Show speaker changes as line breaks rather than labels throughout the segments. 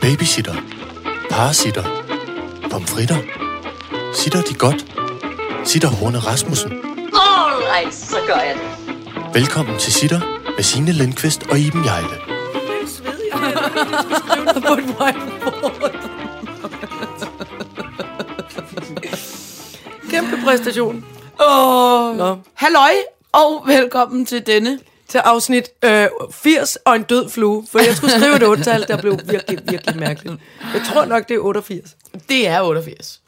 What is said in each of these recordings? Babysitter. Parasitter. Pomfritter. Sitter de godt? Sitter Horne Rasmussen.
Alright, så gør jeg det.
Velkommen til Sitter med Signe Lindqvist og Iben Jejle.
på et whiteboard.
Kæmpe præstation.
Åh.
Nå.
Halløj, og velkommen til denne.
Til afsnit øh, 80 og en død flue. For jeg skulle skrive et 8 der blev virkelig, virkelig mærkeligt. Jeg tror nok, det er 88.
Det er 88.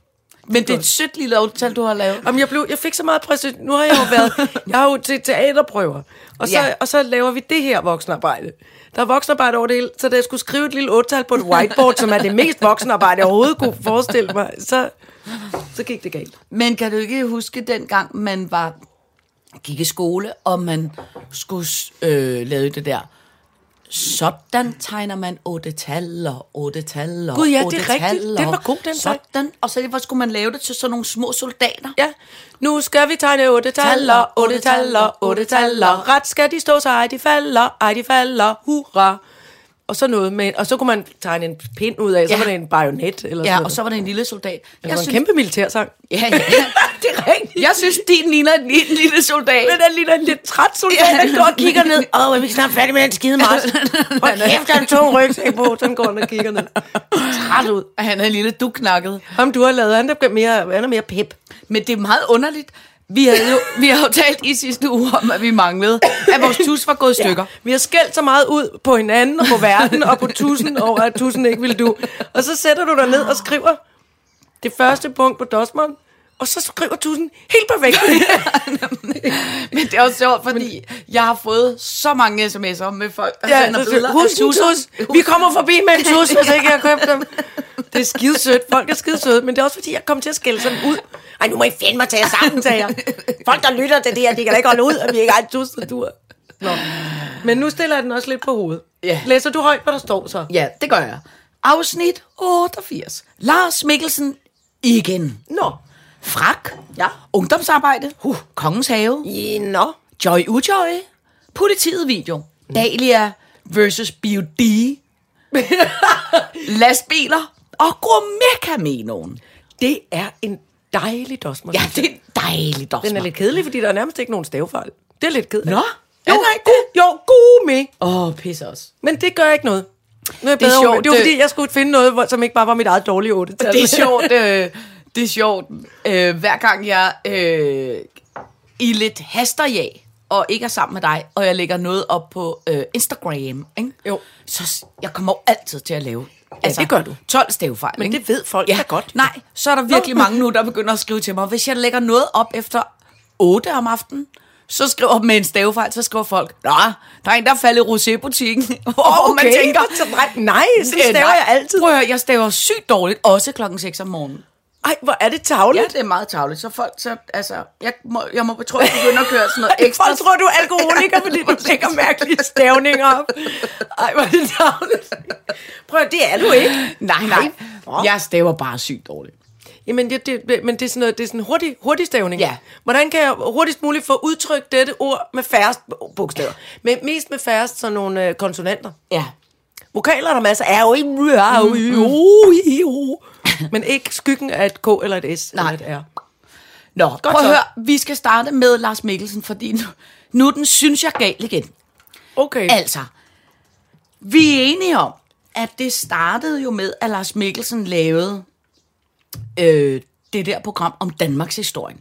Men det er et sødt lille aftal, du har lavet.
Jamen, jeg, blev, jeg fik så meget præstation. Nu har jeg jo været... Jeg har jo til teaterprøver. Og så,
Ja.
ja. og så laver vi det her voksenarbejde. Der er voksenarbejde over det hele. Så da jeg skulle skrive et lille 8 på et whiteboard, som er det mest voksenarbejde, jeg overhovedet kunne forestille mig, så, så gik det galt.
Men kan du ikke huske dengang, man var gik i skole, og man skulle øh, lave det der. Sådan tegner man otte taller, otte taller,
Gud, ja, det er
otte
rigtigt.
taller.
Den var god, den sang.
Sådan, og så var, skulle man lave det til sådan nogle små soldater.
Ja, nu skal vi tegne otte taller, otte taller, otte taller. Ret skal de stå, så ej de falder, ej de falder, hurra. Og så noget med, og så kunne man tegne en pind ud af, ja. så
Ja.
var det en bajonet eller sådan
Ja,
noget.
og så var det en lille soldat.
det var en kæmpe militærsang.
Ja, ja. det er rigtigt. Jeg synes, din ligner en lille, lille soldat.
Men den ligner en lidt træt soldat,
Ja.
der går og kigger ned. Åh, oh, er vi snart færdige med en skide mars? Og kæft, der er en tung rygsæk på. Sådan går han og kigger ned. Træt ud.
Og han er en lille duknakket.
Ham du har lavet, han er mere, han er mere pep.
Men det er meget underligt. Vi havde jo, vi har jo talt i sidste uge om, at vi manglede, at vores tus var gået i stykker.
Vi har skældt så meget ud på hinanden og på verden og på tusind over, at tusind ikke vil du. Og så sætter du dig ned og skriver det første punkt på Dosmeren, og så skriver tusind helt perfekt.
Men det er også sjovt, fordi jeg har fået så mange sms'er med folk, der ja,
ja,
sender
så siger,
billeder af
husk en
tusser."
tus. Vi kommer forbi med en tus, hvis ikke jeg har købt dem. Det er skide sødt. Folk er skide søde, men det er også fordi, jeg kom til at skælde sådan ud. Ej, nu må I finde mig tage jer sammen, sagde jeg. Folk, der lytter til det her, de kan da ikke holde ud, at vi ikke har en tus, og du Nå. Men nu stiller jeg den også lidt på hovedet.
Ja.
Læser du højt, hvad der står så?
Ja, det gør jeg. Afsnit 88. Lars Mikkelsen igen.
Nå.
Frak.
Ja.
Ungdomsarbejde. Huh. Kongens Have.
I, nå.
Joy Ujoy. Politiet video. Dahlia versus Beauty. Lastbiler. Og gourmetkaminoen.
Det er en dejlig dosmer.
Ja, det er dejligt også.
Den er lidt kedelig, fordi der er nærmest ikke nogen stavefejl. Det er lidt kedeligt.
Nå,
jo,
er der ikke
gu- jo, gummi.
Åh, oh, pisse os.
Men det gør ikke noget. Nu er jeg
Det er
bedre
sjovt,
over- Det var
det-
fordi, jeg skulle finde noget, hvor- som ikke bare var mit eget dårlige 8
Det er sjovt, øh, det er sjovt øh, hver gang jeg øh, i lidt haster jeg, og ikke er sammen med dig, og jeg lægger noget op på øh, Instagram, ikke?
Jo.
så s- jeg kommer jo altid til at lave
det gør du.
12 stavefejl.
Men
ikke?
det ved folk da godt.
Nej, så er der virkelig mange nu, der begynder at skrive til mig, hvis jeg lægger noget op efter 8 om aftenen, så skriver med en stavefejl, så skriver folk, Nå, der er en, der er faldet i rosé-butikken. Hvor man tænker,
nej, nej, sådan
Øh,
staver
nej.
jeg altid.
Prøv at høre, jeg staver sygt dårligt, også klokken 6 om morgenen.
Ej, hvor er det tavligt.
det er meget tavligt, så folk, så, altså, jeg må, jeg må betro, at begynde at køre sådan noget
Ja. Folk tror, du er alkoholiker, fordi du lægger mærkelige stavninger op. Ej, hvor er det tavligt. Prøv at- det er du ikke.
Nej, nej, jeg staver bare sygt dårligt.
Jamen, det, det, men det er sådan noget, det er sådan hurtig, hurtig stavning.
Ja.
Hvordan kan jeg hurtigst muligt få udtrykt dette ord med færrest bogstaver? Med, mest med færrest sådan nogle øh, konsonanter.
Ja.
Vokaler er der masser af. Oi, oi, oi, oi. Men ikke skyggen af et K eller et S
Nej.
eller et R.
Nå, Godt prøv at
så.
høre, vi skal starte med Lars Mikkelsen, fordi nu, nu er den synes jeg gal igen.
Okay.
Altså, vi er enige om, at det startede jo med, at Lars Mikkelsen lavede øh, det der program om Danmarks historie.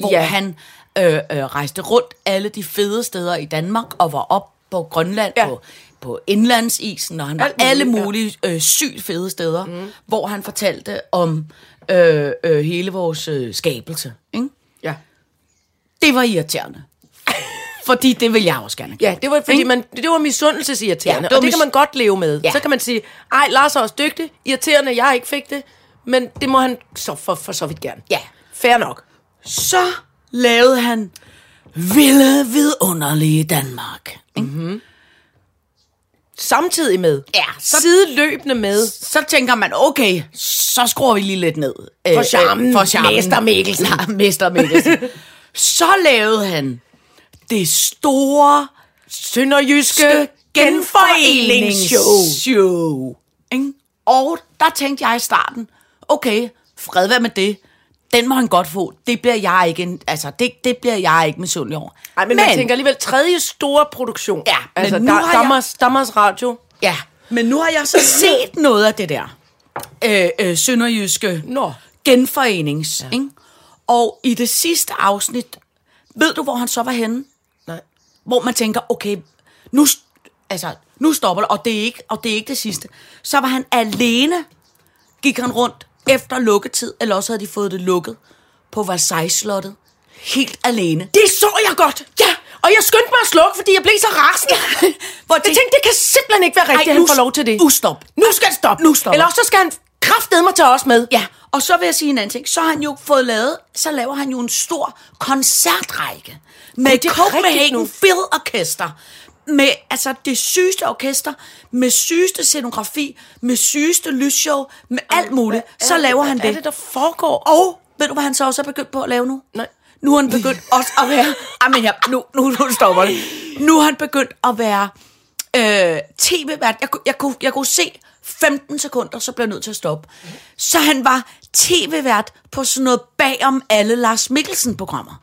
Hvor
Ja.
ja. han øh, øh, rejste rundt alle de fede steder i Danmark og var op på Grønland,
Ja.
ja. på, på indlandsisen, og han var
Alt
Alt
muligt,
alle
ja.
mulige øh, sygt fede steder, mm. hvor han fortalte om øh, øh, hele vores øh, skabelse. Ikke?
Ja.
Det var irriterende. Fordi det vil jeg også gerne
Ja, det var, fordi
Ikke?
man, det var misundelsesirriterende, ja,
Ja,
det
det
var
var
og det
mis-
kan man godt leve med. Ja.
Ja.
Så kan man sige, ej, Lars er også dygtig, irriterende, jeg ikke fik det, men det må han så for, for så vidt gerne.
Ja.
Fair nok.
så lavede han Vilde vidunderlige Danmark. Mm-hmm.
Samtidig med,
Ja,
så...
så-
sideløbende med,
Så tænker man, okay, så skruer vi lige lidt ned. øh, øh,
charmen,
for charmen.
Mester Mikkelsen.
Nej, Mester Mikkelsen. så lavede han det store
Sønderjyske
genforeningsshow.
genforeningsshow.
Show, ikke? Og der tænkte jeg i starten, okay, fred være med det. Den må han godt få. Det bliver jeg ikke, en, altså det, det bliver jeg ikke misundelig over.
Ej, men, men man tænker alligevel, tredje store produktion.
Ja, men
altså,
nu
der,
har jeg-
Dammers, Dammers Radio.
Ja, men nu har jeg så set noget af det der øh, øh, sønderjyske
Nå.
genforenings. Ja. Ikke? Og i det sidste afsnit, ved du, hvor han så var henne?
Nej.
Hvor man tænker, okay, nu, st- altså, nu stopper det, og det, er ikke, og det er ikke det sidste. Så var han alene, gik han rundt efter lukketid, eller også havde de fået det lukket på Versailles-slottet. Helt alene.
Det så jeg godt. Ja. Og jeg skyndte mig at slukke, fordi jeg blev så rasende.
Hvor
Hvor jeg tænkte, det kan simpelthen ikke være rigtigt,
Ej,
at han
nu
får lov til det.
nu stop.
Nu skal det stoppe.
Nu stopper.
Eller også så skal han kraftedeme mig tage os med.
Ja, og så vil jeg sige en anden ting. Så har han jo fået lavet, så laver han jo en stor koncertrække med
er rigtigt nu.
Copenhagen Phil Orkester. Med altså det sygeste orkester, med sygeste scenografi, med sygeste lysshow, med alt muligt. Så laver han
Hvad er det,
det.
der foregår?
Og ved du, hvad han så også er begyndt på at lave nu?
Nej.
Nu er han begyndt også at være... Ej, men jeg, nu, nu, nu stopper det. Nu er han begyndt at være øh, tv-vært. Jeg, kunne- jeg, kunne, jeg kunne se 15 sekunder, så blev jeg nødt til at stoppe. Så han var tv-vært på sådan noget bagom alle Lars Mikkelsen-programmer.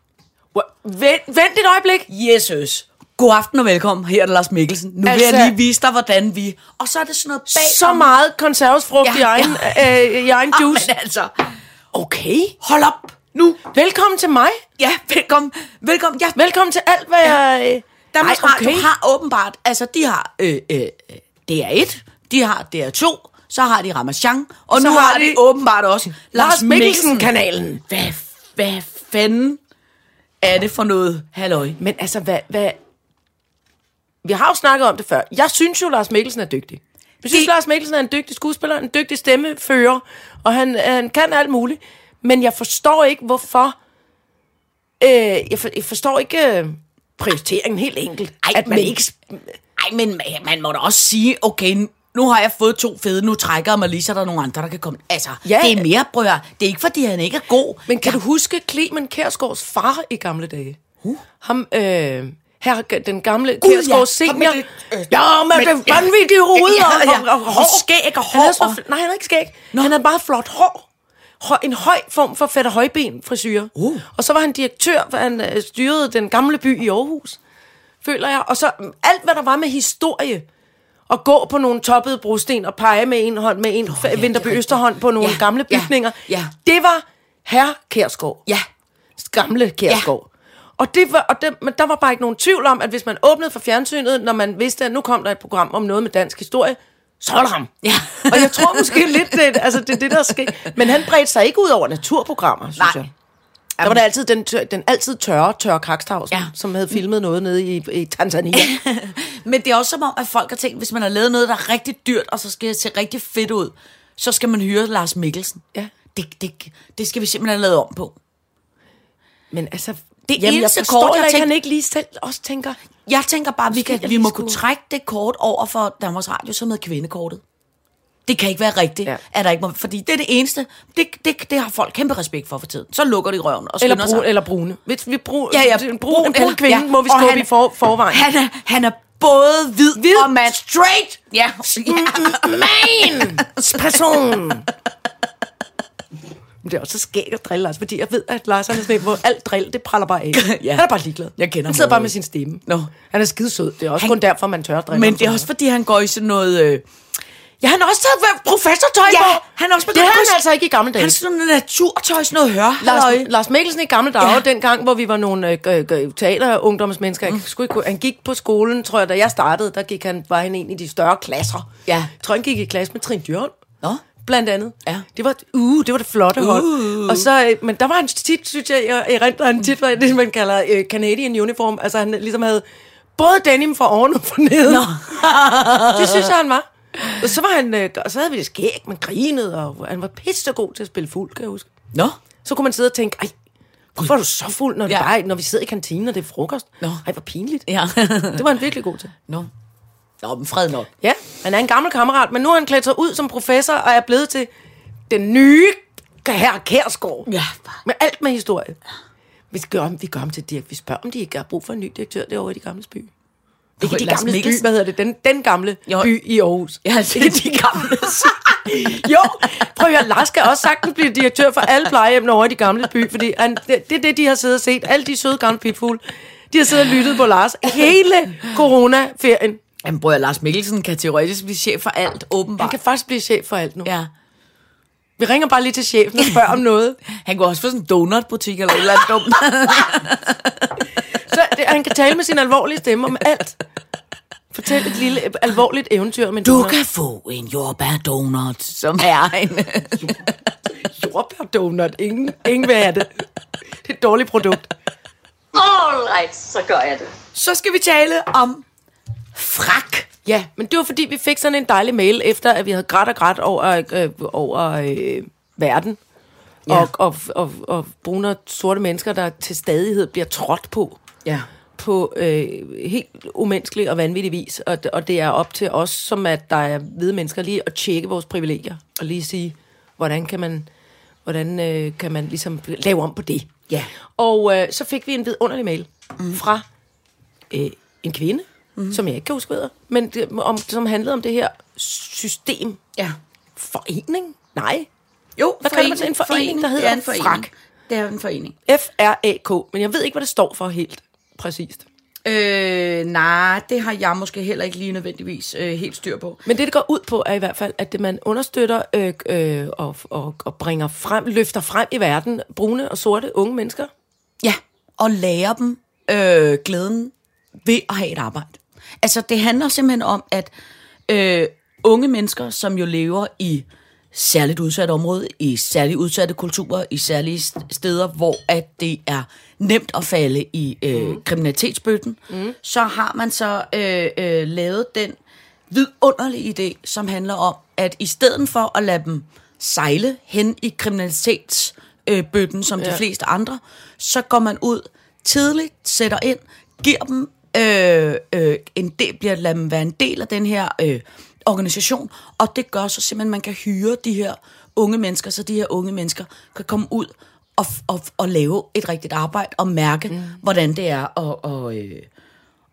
Vent, vent et øjeblik.
Jesus. God aften og velkommen. Her er det Lars Mikkelsen. Nu altså, vil
Altså-
jeg lige vise dig, hvordan vi... Og så er det sådan noget bagom...
Så meget konservesfrugt ja,
Ja,
i egen, ja. øh, i egen
Ah, men
juice.
altså...
Okay.
Hold op.
Nu. Velkommen til mig.
Ja, velkommen. Velkommen. Jeg
Velkommen til alt, hvad ja. jeg... Øh,
Danmarks
Ej,
Ej, okay. Radio har åbenbart, altså de har øh, øh, øh, DR1, de har DR2, så har de Ramachan, og så nu har de, åbenbart også
Lars
Lars Mikkelsen.
Mikkelsen-kanalen.
Hvad, hvad fanden er det for noget, halløj?
Men altså, hvad, hvad... Vi har jo snakket om det før. Jeg synes jo, Lars Mikkelsen er dygtig. Jeg synes,
Det-
Lars Mikkelsen er en dygtig skuespiller, en dygtig stemmefører, og han, han kan alt muligt. Men jeg forstår ikke, hvorfor... Øh, jeg, for, jeg forstår ikke øh, prioriteringen helt enkelt.
Ej,
at man
men-
ikke... sp-
Ej, men ma- man må da også sige, okay, nu har jeg fået to fede, nu trækker jeg mig lige, så der er nogle andre, der kan komme. Altså,
Ja.
ja. det er mere brød. Det er ikke, fordi han ikke er god.
Men kan du huske Clemen Kærsgaards far i gamle dage? Huh? Ham, øh, her, den gamle
Gud, ja.
Kærsgaard
Ham
senior.
med det, øh,
ja, med,
med-
det vanvittige hoved
Ja, ja.
og, og, og,
Og
hår.
skæg og
Han havde
hår
Så,
og-
nej, han havde ikke skæg. Nå. Han havde bare flot hår. Hø, en høj form for fætter højben frisyr.
Uh.
Og så var han direktør, for han øh, styrede den gamle by i Aarhus, føler jeg. Og så mm, alt, hvad der var med historie, og gå på nogle toppede brosten og pege med en hånd med en oh,
ja,
ja,
det er
Vinterby
rigtigt.
Østerhånd på nogle
Ja,
gamle
ja,
bygninger.
ja.
Det var herr Kærsgaard
Ja,
gamle Kærsgaard. Ja. Og, det var, og det, men der var bare ikke nogen tvivl om, at hvis man åbnede for fjernsynet, når man vidste, at nu kom der et program om noget med dansk historie, så var der ham.
Ja.
og jeg tror måske lidt, det, er- altså, det er det, der sker. Men han bredte sig ikke ud over naturprogrammer, synes
Nej.
jeg. Der var der altid den, tør, den altid tørre, tørre kakstavs, ja.
Ja.
som havde filmet noget nede i, i Tanzania.
Men det er også som om, at folk har tænkt, hvis man har lavet noget, der er rigtig dyrt, og så skal det se rigtig fedt ud, så skal man hyre Lars Mikkelsen.
Ja.
Det, det, det skal vi simpelthen have lavet om på.
Men altså,
Det
jamen, jeg
eneste
forstår
kort,
heller
jeg
ikke, at han
tænkte-
ikke lige selv også tænker,
Jeg tænker bare, at vi, kan,
jeg
vi
lige
må
skulle-
kunne trække det kort over for Danmarks Radio, som hedder kvindekortet. Det kan ikke være rigtigt,
Ja.
ja. at der ikke må, fordi det er det eneste, det, det, det har folk kæmpe respekt for for tiden. Så lukker de røven og
eller,
skynder
brun,
sig.
eller brune. Hvis vi brun,
Ja, ja,
en brun, brun, brun kvinde, ja. må vi
og
skubbe
han-
i for, forvejen.
Han er, han er både hvid,
Hvid,
og mand.
straight
Ja.
man person. Men det er også så skægt at drille Lars, fordi jeg ved, at Lars han er sådan en, hvor alt drill, det praller bare af. ja.
Ja.
Han er bare ligeglad.
Jeg kender
han
ham
sidder bare med
overhovedet
sin stemme.
Nå.
Han er skidesød. Det er også han...
Han-
kun derfor, man tør at drille
Men
ham så
det er
meget.
også, fordi han går i sådan noget... Øh,
Ja, han har også taget professortøj
Ja,
på.
han er også
Det
begyndt
havde han
at kunne-
altså ikke i gamle dage.
Han er sådan noget naturtøj, sådan noget hør.
Lars, Lars Mikkelsen i gamle dage, ja.
Ja.
dengang, hvor vi var nogle øh, g- g- teaterungdomsmennesker, mm. skulle, ikke kunne- han gik på skolen, tror jeg, da jeg startede, der gik han, var han en i de større klasser.
Ja.
Jeg tror, han gik i klasse med Trine Dyrholm.
Nå.
Blandt andet.
Ja.
Det var, uh, det var det flotte uh. hold. Og så, øh, men der var han tit, synes jeg, jeg erindrer, han tit var i det, man kalder øh, Canadian Uniform. Altså, han ligesom havde både denim fra oven og fra neden.
Nå.
Det synes jeg, han var. Og så, var han, øh, og så havde vi det skæg, man grinede, og han var pissegod til at spille fuld, kan jeg huske
Nå.
så kunne man sidde og tænke, ej, hvorfor er du så fuld, når, ja.
Ja.
bare, når vi sidder i kantinen, og det er frokost?
Nå.
Ej, hvor pinligt.
Ja.
Det var han virkelig god til.
Nå. Nå, men fred nok.
Ja, han er en gammel kammerat, men nu har han klædt ud som professor, og er blevet til den nye herre Kærsgaard.
Ja.
Med alt med historie. Vi gør, ham, vi gør ham til direkt. Vi spørger, om de ikke har brug for en ny direktør derovre i de gamle by. Ikke de
Lars
gamle by,
Mikkelsen.
hvad hedder det? Den, den gamle
Jo.
by i Aarhus.
Jeg har set de gamle.
Jo, prøv at høre, Lars kan også sagtens blive direktør for alle plejehjemmene over i de gamle by, fordi han, det, det er det, de har siddet og set. Alle de søde gamle pitfugle, de har siddet og lyttet på Lars hele coronaferien.
Jamen, bror, Lars Mikkelsen kan teoretisk blive chef for alt,
Han
åbenbart.
kan faktisk blive chef for alt nu. Ja.
Ja.
Vi ringer bare lige til chefen og spørger om noget.
Han kunne også få sådan en donutbutik eller et eller andet dumt.
Så det, han kan tale med sin alvorlige stemme om alt. Fortæl et lille øh, alvorligt eventyr med
Du kan få en jordbærdonut, som er en...
jordbærdonut. Ingen, ingen vil have det. Det er et dårligt produkt.
All right, så gør jeg det.
Så skal vi tale om frak.
Ja, men det var fordi, vi fik sådan en dejlig mail, efter at vi havde grædt og grædt over, øh, over øh, verden. Ja. Og, og, og, og brune og sorte mennesker, der til stadighed bliver trådt på.
Ja.
på øh, helt umenneskelig og vanvittig vis, og, og det er op til os, som at der er hvide mennesker, lige at tjekke vores privilegier, og lige sige, hvordan kan man, hvordan, øh, kan man ligesom lave om på det.
Ja.
Og øh, så fik vi en vidunderlig mail mm. fra øh, en kvinde, mm. som jeg ikke kan huske, hvad hedder, men det, om, som handlede om det her system.
Ja.
Forening? Nej.
Jo,
Hvad kalder man det? En forening, der hedder
det er en forening.
frak.
Det er en forening.
F-R-A-K, men jeg ved ikke, hvad det står for helt præcist.
Øh, nej, det har jeg måske heller ikke lige nødvendigvis øh, helt styr på.
Men det, det går ud på, er i hvert fald, at det, man understøtter øh, øh, og, og, og bringer frem, løfter frem i verden brune og sorte unge mennesker.
Ja, og lære dem øh, glæden ved at have et arbejde. Altså, det handler simpelthen om, at øh, unge mennesker, som jo lever i særligt udsatte områder, i særligt udsatte kulturer, i særlige st- steder, hvor at det er nemt at falde i øh, mm. kriminalitetsbøtten, mm. så har man så øh, øh, lavet den vidunderlige idé, som handler om, at i stedet for at lade dem sejle hen i kriminalitetsbøtten, øh, bøtten, som ja. de fleste andre, så går man ud tidligt, sætter ind, giver dem øh, øh, en del, bliver lader dem være en del af den her øh, organisation, og det gør så simpelthen, at man kan hyre de her unge mennesker, så de her unge mennesker kan komme ud og, f- og, f- og lave et rigtigt arbejde og mærke, mm. hvordan det er at, og, øh,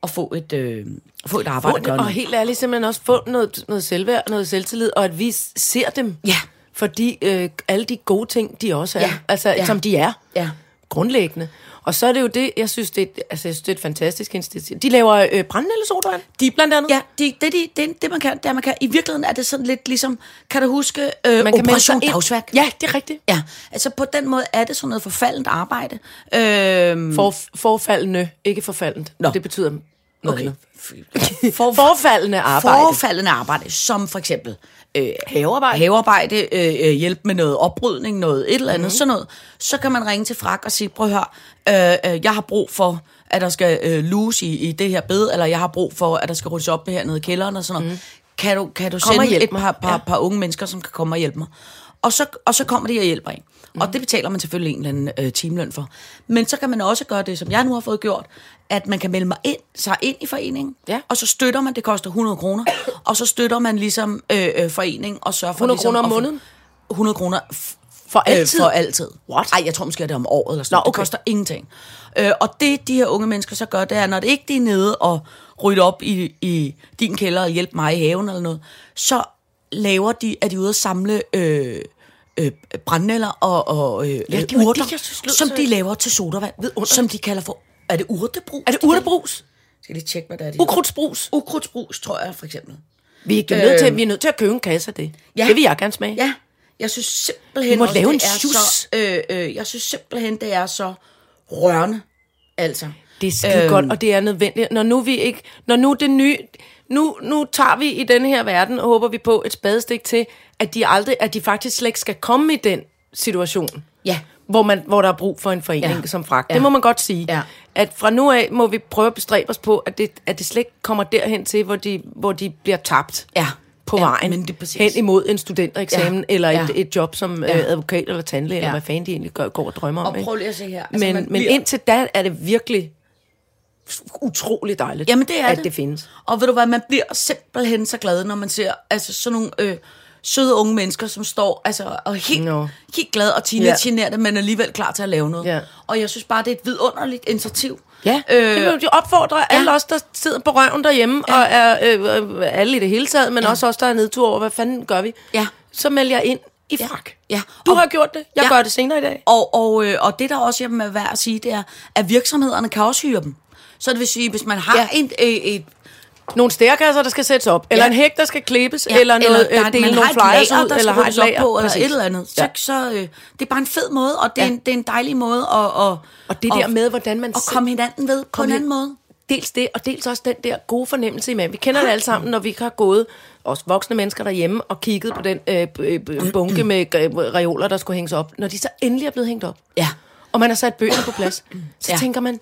at få, et, øh, at få et arbejde. at
Og,
gøre
og
noget.
helt ærligt simpelthen også få noget, noget selvværd og noget selvtillid, og at vi s- ser dem.
Ja.
Fordi øh, alle de gode ting, de også er,
Ja.
altså
Ja.
som de er,
Ja.
grundlæggende. Og så er det jo det, jeg synes, det er, altså, jeg synes, det er et fantastisk institut. De laver øh, brændenældesodaen, de blandt andet.
Ja, det, det, det, det, det man kan, det er, man kan, i virkeligheden er det sådan lidt ligesom, kan du huske øh, man
Man kan melde sig
Operation
ind.
Dagsværk?
Ja, det er rigtigt.
Ja, altså på den måde er det sådan noget forfaldent arbejde. Øhm,
For, forfaldende, ikke forfaldent.
Nå.
Det betyder noget
Okay.
andet.
for,
Forfaldende arbejde.
Forfaldende arbejde, som for eksempel øh,
Havearbejde.
havearbejde øh, øh, hjælp med noget oprydning, noget et eller
Mhm.
andet, mm-hmm. sådan noget. Så kan man ringe til Frak og sige, prøv at høre, øh, øh, jeg har brug for, at der skal øh, lus i, i det her bed, eller jeg har brug for, at der skal ryddes op hernede i kælderen og sådan noget. Mm. Kan du, kan du
Mhm. Kom og
sende
hjælp
et
mig.
par, par,
Ja.
par unge mennesker, som kan komme og hjælpe mig? Og så, og så kommer de og hjælper en. Mm. Og det betaler man selvfølgelig en eller anden øh, timeløn for. Men så kan man også gøre det, som jeg nu har fået gjort, at man kan melde mig ind, sig ind i foreningen,
Ja.
og så støtter man, det koster 100 kroner, og så støtter man ligesom øh, øh, foreningen og sørger for
100
ligesom,
kroner om
at få-
måneden?
100 kroner f-
For
Øh, for altid. What? Ej, jeg tror måske, det er om året eller sådan
Nå,
noget. Det
okay.
koster ingenting. Øh, og det, de her unge mennesker så gør, det er, når det ikke de er nede og rydder op i, i din kælder og hjælper mig i haven eller noget, så laver de, at de er ude at samle øh, øh, brændenælder og, og øh, ja,
det var
urter,
det, jeg synes lød
som
så-
de laver til sodavand, som de kalder for... Er det urtebrus?
Er det urtebrus?
Skal lige tjekke, hvad det er. de hedder?
Ukrudtsbrus?
Ukrudtsbrus, tror jeg, for eksempel.
Vi er, nødt til, vi er nødt til at købe en kasse af det.
Øhm. Ja.
Ja. Det vil jeg gerne smage.
Ja, jeg synes simpelthen
Vi må
også,
lave
det
en
er
sjus.
Så, øh, øh, jeg synes simpelthen, det er så rørende. Altså.
Det er skide øhm. godt, og det er nødvendigt. Når nu vi ikke... Når nu det nye... Nu, nu tager vi i den her verden, og håber vi på et spadestik til, at de, aldrig, at de faktisk slet ikke skal komme i den situation.
Ja.
Hvor, man, hvor der er brug for en forening
Ja.
ja. som fragt.
Ja.
Det må man godt sige.
Ja.
At fra nu af må vi prøve at bestræbe os på, at det, at det slet ikke kommer derhen til, hvor de, hvor de bliver tabt.
Ja.
på
Ja,
vejen
men det er præcis.
hen imod en studentereksamen
Ja.
ja. eller et,
Ja.
ja. et job som ja. øh, advokat eller tandlæge, ja.
Ja.
eller hvad fanden de egentlig gør, går og drømmer om.
Og prøv lige at se her.
Altså, men,
man
men bliver... indtil da er det virkelig utrolig dejligt,
Jamen, det er
at
det.
det. findes.
Og ved du hvad, man bliver simpelthen så glad, når man ser altså, sådan nogle øh, søde unge mennesker, som står altså, og helt, no.
Nå.
helt glade og teenagenerte, men alligevel klar til at lave noget.
Ja.
Og jeg synes bare, det er et vidunderligt initiativ.
Ja, øh,
Øh,
det vil jo de opfordre ja. alle os, der sidder på røven derhjemme, ja. og er øh, øh, alle i det hele taget, men ja. også os, der er nedtur over, hvad fanden gør vi?
Ja.
så melder jeg ind i frak.
Ja.
Du
Og-
har gjort det. Jeg
Ja.
ja. gør det senere i dag.
Og, og, øh, og det, der også jamen, er værd at sige, det er, at virksomhederne kan også hyre dem. Så det vil sige, hvis man har ja.
Ja.
en, øh, et,
Nogle stærkasser, der skal sættes op. Eller
Ja.
ja. en hæk, der skal klippes. Ja. Eller, noget,
øh, der-
eller
man
dele
har
nogle
et
flyers
lager,
ud.
der
Eller
skal
har et
ryddes op
lager.
På, eller
Præcis.
et eller andet. Så,
Ja.
ja. så øh, det er bare en fed måde, og det er, ja. en, det er en dejlig måde at, og,
Og det der med, hvordan man
at
selv-
komme hinanden ved på
Kom
en
hen-
anden måde.
Dels det, og dels også den der gode fornemmelse i maven. Vi kender det alle sammen, når vi ikke har gået, også voksne mennesker derhjemme, og kigget på den øh, b- øh, bunke med øh, reoler, der skulle hænges op. Når de så endelig er blevet hængt op,
Ja.
og man har sat bøgerne på plads, så
Ja.
ja. tænker man,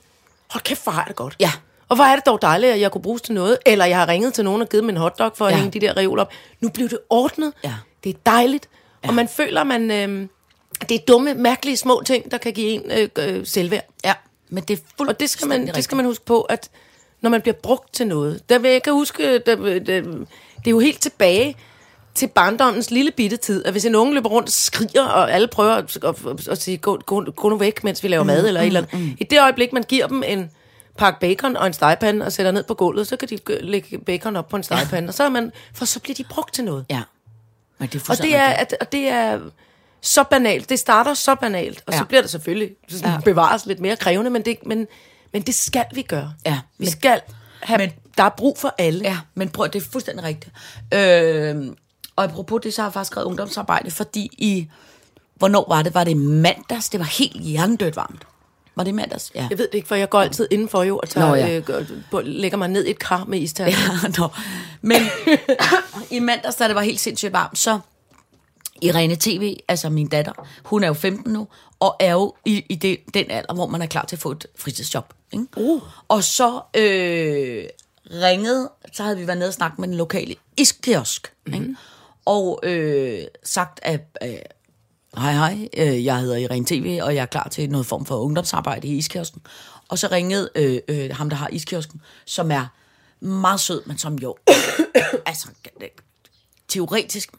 hold kæft, hvor har jeg det godt.
Ja.
Og hvor er det dog dejligt, at jeg kunne bruges til noget, eller jeg har ringet til nogen og givet dem en hotdog for at
Ja.
ja. hænge de der reoler op. Nu blev det ordnet.
Ja.
Det er dejligt. Ja. Og man føler, man... Øh, det er dumme, mærkelige små ting, der kan give en øh, øh, selvværd.
Ja, men det er fuldt
Og det skal, man, det skal man huske på, at når man bliver brugt til noget, der vil jeg kan huske, der, der, det er jo helt tilbage til barndommens lille bitte tid, at hvis en unge løber rundt og skriger, og alle prøver at, at, at, at sige, gå, gå, gå nu væk, mens vi laver mad, eller et eller andet. I det øjeblik, man giver dem en pakke bacon og en stegepande og sætter ned på gulvet, så kan de gø- lægge bacon op på en stegepande, og så er man, for så bliver de brugt til noget.
Ja. Men det er
Og
fuldstændig
det, er, at, og det er så banalt. Det starter så banalt, og ja.
Ja.
så bliver det selvfølgelig sådan,
Ja.
ja. bevares lidt mere krævende, men det, men, men det skal vi gøre.
Ja,
Vi
men-
skal have...
men-
Men, der er brug for alle.
Ja, men prøv, det er fuldstændig rigtigt. Øh, og apropos det, så har jeg faktisk skrevet ungdomsarbejde, fordi i... Hvornår var det? Var det i mandags? Det var helt hjernedødt varmt. Var det i mandags? Ja.
Jeg ved det ikke, for jeg går altid indenfor jo, og tager,
Nå,
Nå,
ja.
ja. øh, gør- på- lægger mig ned i et kar med isterninger.
Ja, nå. Men i mandags, da det var helt sindssygt varmt, så Irene TV, altså min datter, hun er jo 15 nu, og er jo i, i det, den alder, hvor man er klar til at få et fritidsjob. Ikke? Uh. Og så øh, ringede, så havde vi været nede og snakke med den lokale iskiosk, mm-hmm. ikke? og øh, sagt, at øh, hej hej, øh, jeg hedder Irene TV, og jeg er klar til noget form for ungdomsarbejde i iskiosken. Og så ringede øh, øh, ham, der har iskiosken, som er meget sød, men som jo, altså, teoretisk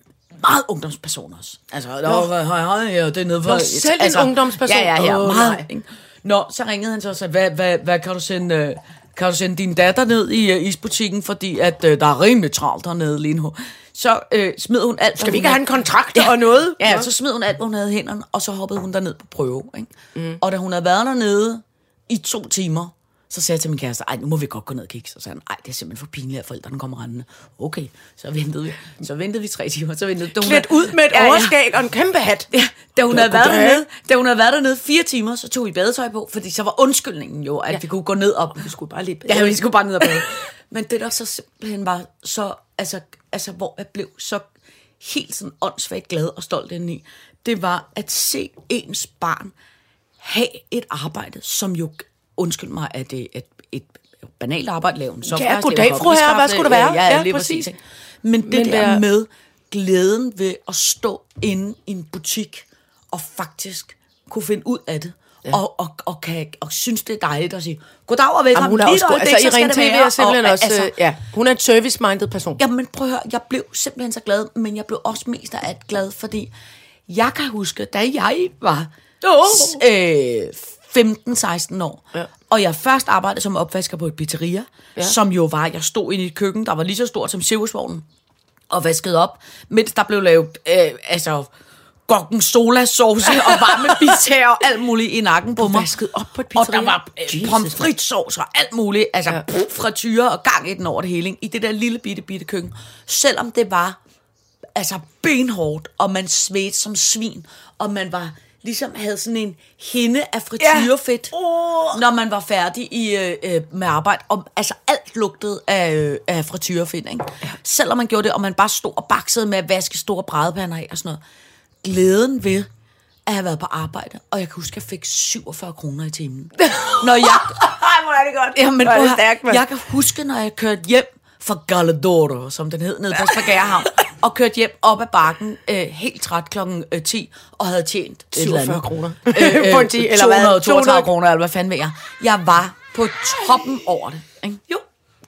meget ungdomsperson også. Altså, der var, hej, hej, ja, det er nede for...
Nå, selv en
altså,
ungdomsperson.
Ja, ja, ja,
Åh,
meget.
nej.
ikke? Nå, så ringede han så og sagde, hvad, hvad, hvad kan du sende... Øh, kan du sende din datter ned i øh, isbutikken, fordi at øh, der er rimelig travlt dernede lige nu. Så øh, smed hun alt. Skal
vi ikke have en kontrakt og noget?
Ja, ja,
Nå.
så smed hun alt, hvad hun havde i hænderne, og så hoppede hun derned på prøve. Ikke? Mm. Og da hun havde været dernede i to timer, så sagde jeg til min kæreste, ej, nu må vi godt gå ned og kigge. Så sagde han, ej, det er simpelthen for pinligt, at forældrene kommer rendende. Okay, så ventede vi, så ventede vi tre timer, så ventede da hun
Klædt
havde-
ud med et
Ja, ja.
overskæg og en kæmpe hat.
Ja, da hun,
Nå,
havde været
goddag.
dernede, da hun havde været dernede fire timer, så tog vi badetøj på, fordi så var undskyldningen jo, at ja. vi kunne gå ned og...
Vi skulle bare lige...
Ja, vi skulle bare ned og bade. Men det der så simpelthen var så, altså, altså hvor jeg blev så helt sådan åndssvagt glad og stolt indeni, det var at se ens barn have et arbejde, som jo, undskyld mig, at det et, et banalt arbejde, lave en software. lave
goddag, fru
kopiskaffe,
herre, hvad skulle det være?
øh, Ja, ja,
Ja,
lige præcis.
præcis.
ikke? Men det Men
Men
der
være-
med glæden ved at stå inde i en butik og faktisk kunne finde ud af det, ja. og, og, og, kan, og synes, det er dejligt at sige, goddag og velkommen.
Jamen, hun er
Lige
også
et
god.
øjeblik,
Altså,
så skal
Irene
det
TV
være,
er simpelthen
og, altså,
også... øh, Ja, hun er en service-minded person.
Jamen prøv at høre, jeg blev simpelthen så glad, men jeg blev også mest af alt glad, fordi jeg kan huske, da jeg var
Åh.
øh, 15-16 år, ja. og jeg først arbejdede som opvasker på et pizzeria, ja. som jo var, jeg stod inde i et køkken, der var lige så stort som Cirkusvognen, og vaskede op, mens der blev lavet, øh, altså, gokken sola sauce og varme pizzaer og alt muligt i nakken på mig.
vaskede op på et
Og der
pizzeria?
var øh,
Jesus,
pommes
mand.
fritsauce og alt muligt, altså ja. frityre og gang i den over det hele, ikke? i det der lille bitte, bitte køkken. Selvom det var altså benhårdt, og man svedte som svin, og man var ligesom havde sådan en hinde af frityrefedt, ja. oh. når man var færdig i, øh, øh, med arbejde. Og, altså alt lugtede af, øh, af frityrefedt, ikke? Ja. Selvom man gjorde det, og man bare stod og baksede med at vaske store brædepander af og sådan noget. Glæden ved at have været på arbejde, og jeg kan huske, at jeg fik 47 kroner i timen. Når jeg,
Ej, hvor er det godt.
Ja, men
hvor er det
prøv at høre,
stærkt, mand.
jeg kan huske, når jeg kørte hjem fra Galadoro, som den hed, nede på Spagagerhavn, og kørte hjem op ad bakken, øh, helt træt klokken øh, 10, og havde tjent et eller andet.
47 kroner.
Øh,
På
øh,
en 10, eller hvad?
232
200.
kroner, eller hvad fanden ved jeg. Jeg var på toppen over det. Ikke?
Jo,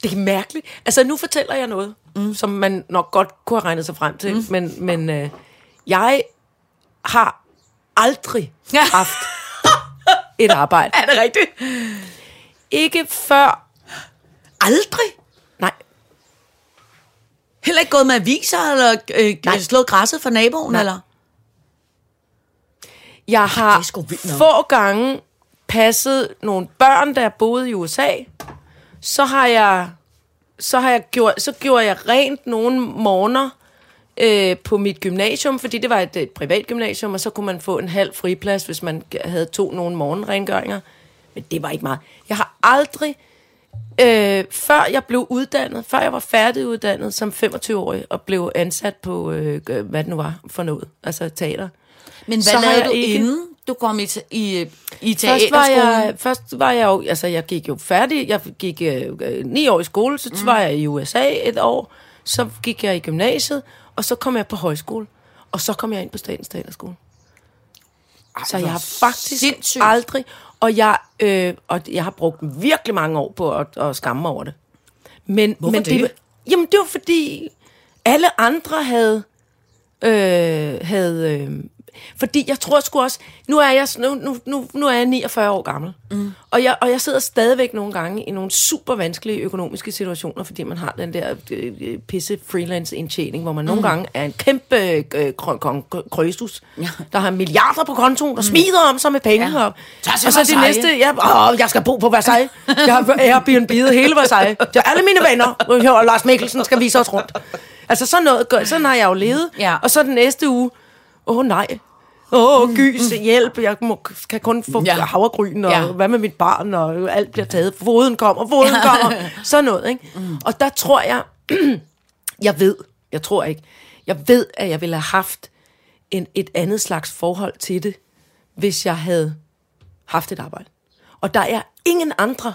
det er mærkeligt. Altså, nu fortæller jeg noget, mm. som man nok godt kunne have regnet sig frem til, mm. men, men øh, jeg har aldrig
Ja.
haft et arbejde.
Er det rigtigt?
Ikke før...
Aldrig?
Nej.
Heller ikke gået med aviser, eller øh, slået græsset for naboen, Nej. eller?
Jeg
det
har
er sgu vildt nok.
få gange passet nogle børn, der boede i USA. Så har jeg, så har jeg gjort, så gjorde jeg rent nogle morgener øh, på mit gymnasium, fordi det var et, et privat gymnasium, og så kunne man få en halv friplads, hvis man g- havde to nogle morgenrengøringer. Men det var ikke meget. Jeg har aldrig, øh, før jeg blev uddannet, før jeg var færdiguddannet som 25-årig, og blev ansat på, øh, g- hvad det nu var for noget, altså teater.
Men
Så
hvad
har
lavede
jeg
du
ikke-
ikke... inden du kom i, te- i, i
Først var, jeg,
teaterskolen?
først var jeg jo, altså jeg gik jo færdig, jeg gik øh, øh, ni år i skole, så
Mhm.
mm. var jeg i USA et år, så gik jeg i gymnasiet, og så kom jeg på højskole, og så kom jeg ind på Statens Teaterskole. Så jeg har faktisk
sindssygt.
sindssygt. aldrig, og jeg, øh, og jeg har brugt virkelig mange år på at, at skamme mig over det. Men,
Hvorfor
men
det?
Jamen det var fordi, alle andre havde øh, havde... Øh, fordi jeg tror sgu også... Nu er jeg, s- nu, nu, nu, nu er jeg 49 år gammel. Mm. Og, jeg, og jeg sidder stadigvæk nogle gange i nogle super vanskelige økonomiske situationer, fordi man har den der øh, øh, pisse freelance-indtjening, hvor man mm. nogle gange er en kæmpe øh, kron, kron, krøstus, ja. der har milliarder på kontoen, der smider om sig med penge. Ja. Og,
Tag til
og så det
Versailles.
næste... Ja, åh, jeg skal bo på Versailles. Jeg har Airbnb'et hele Versailles. Det er alle mine venner. Og Lars Mikkelsen skal vise os rundt. Altså sådan noget, gør- sådan har jeg jo levet.
Ja.
Og så den næste uge, åh oh, nej, åh oh, gys, hjælp, jeg må, kan kun få
Ja.
ja. havregryn, og
Ja.
ja. hvad med mit barn, og alt bliver taget, foden kommer, foden
Ja.
kommer, sådan noget, ikke? Mm. Og der tror jeg, jeg ved, jeg tror ikke, jeg ved, at jeg ville have haft en, et andet slags forhold til det, hvis jeg havde haft et arbejde. Og der er ingen andre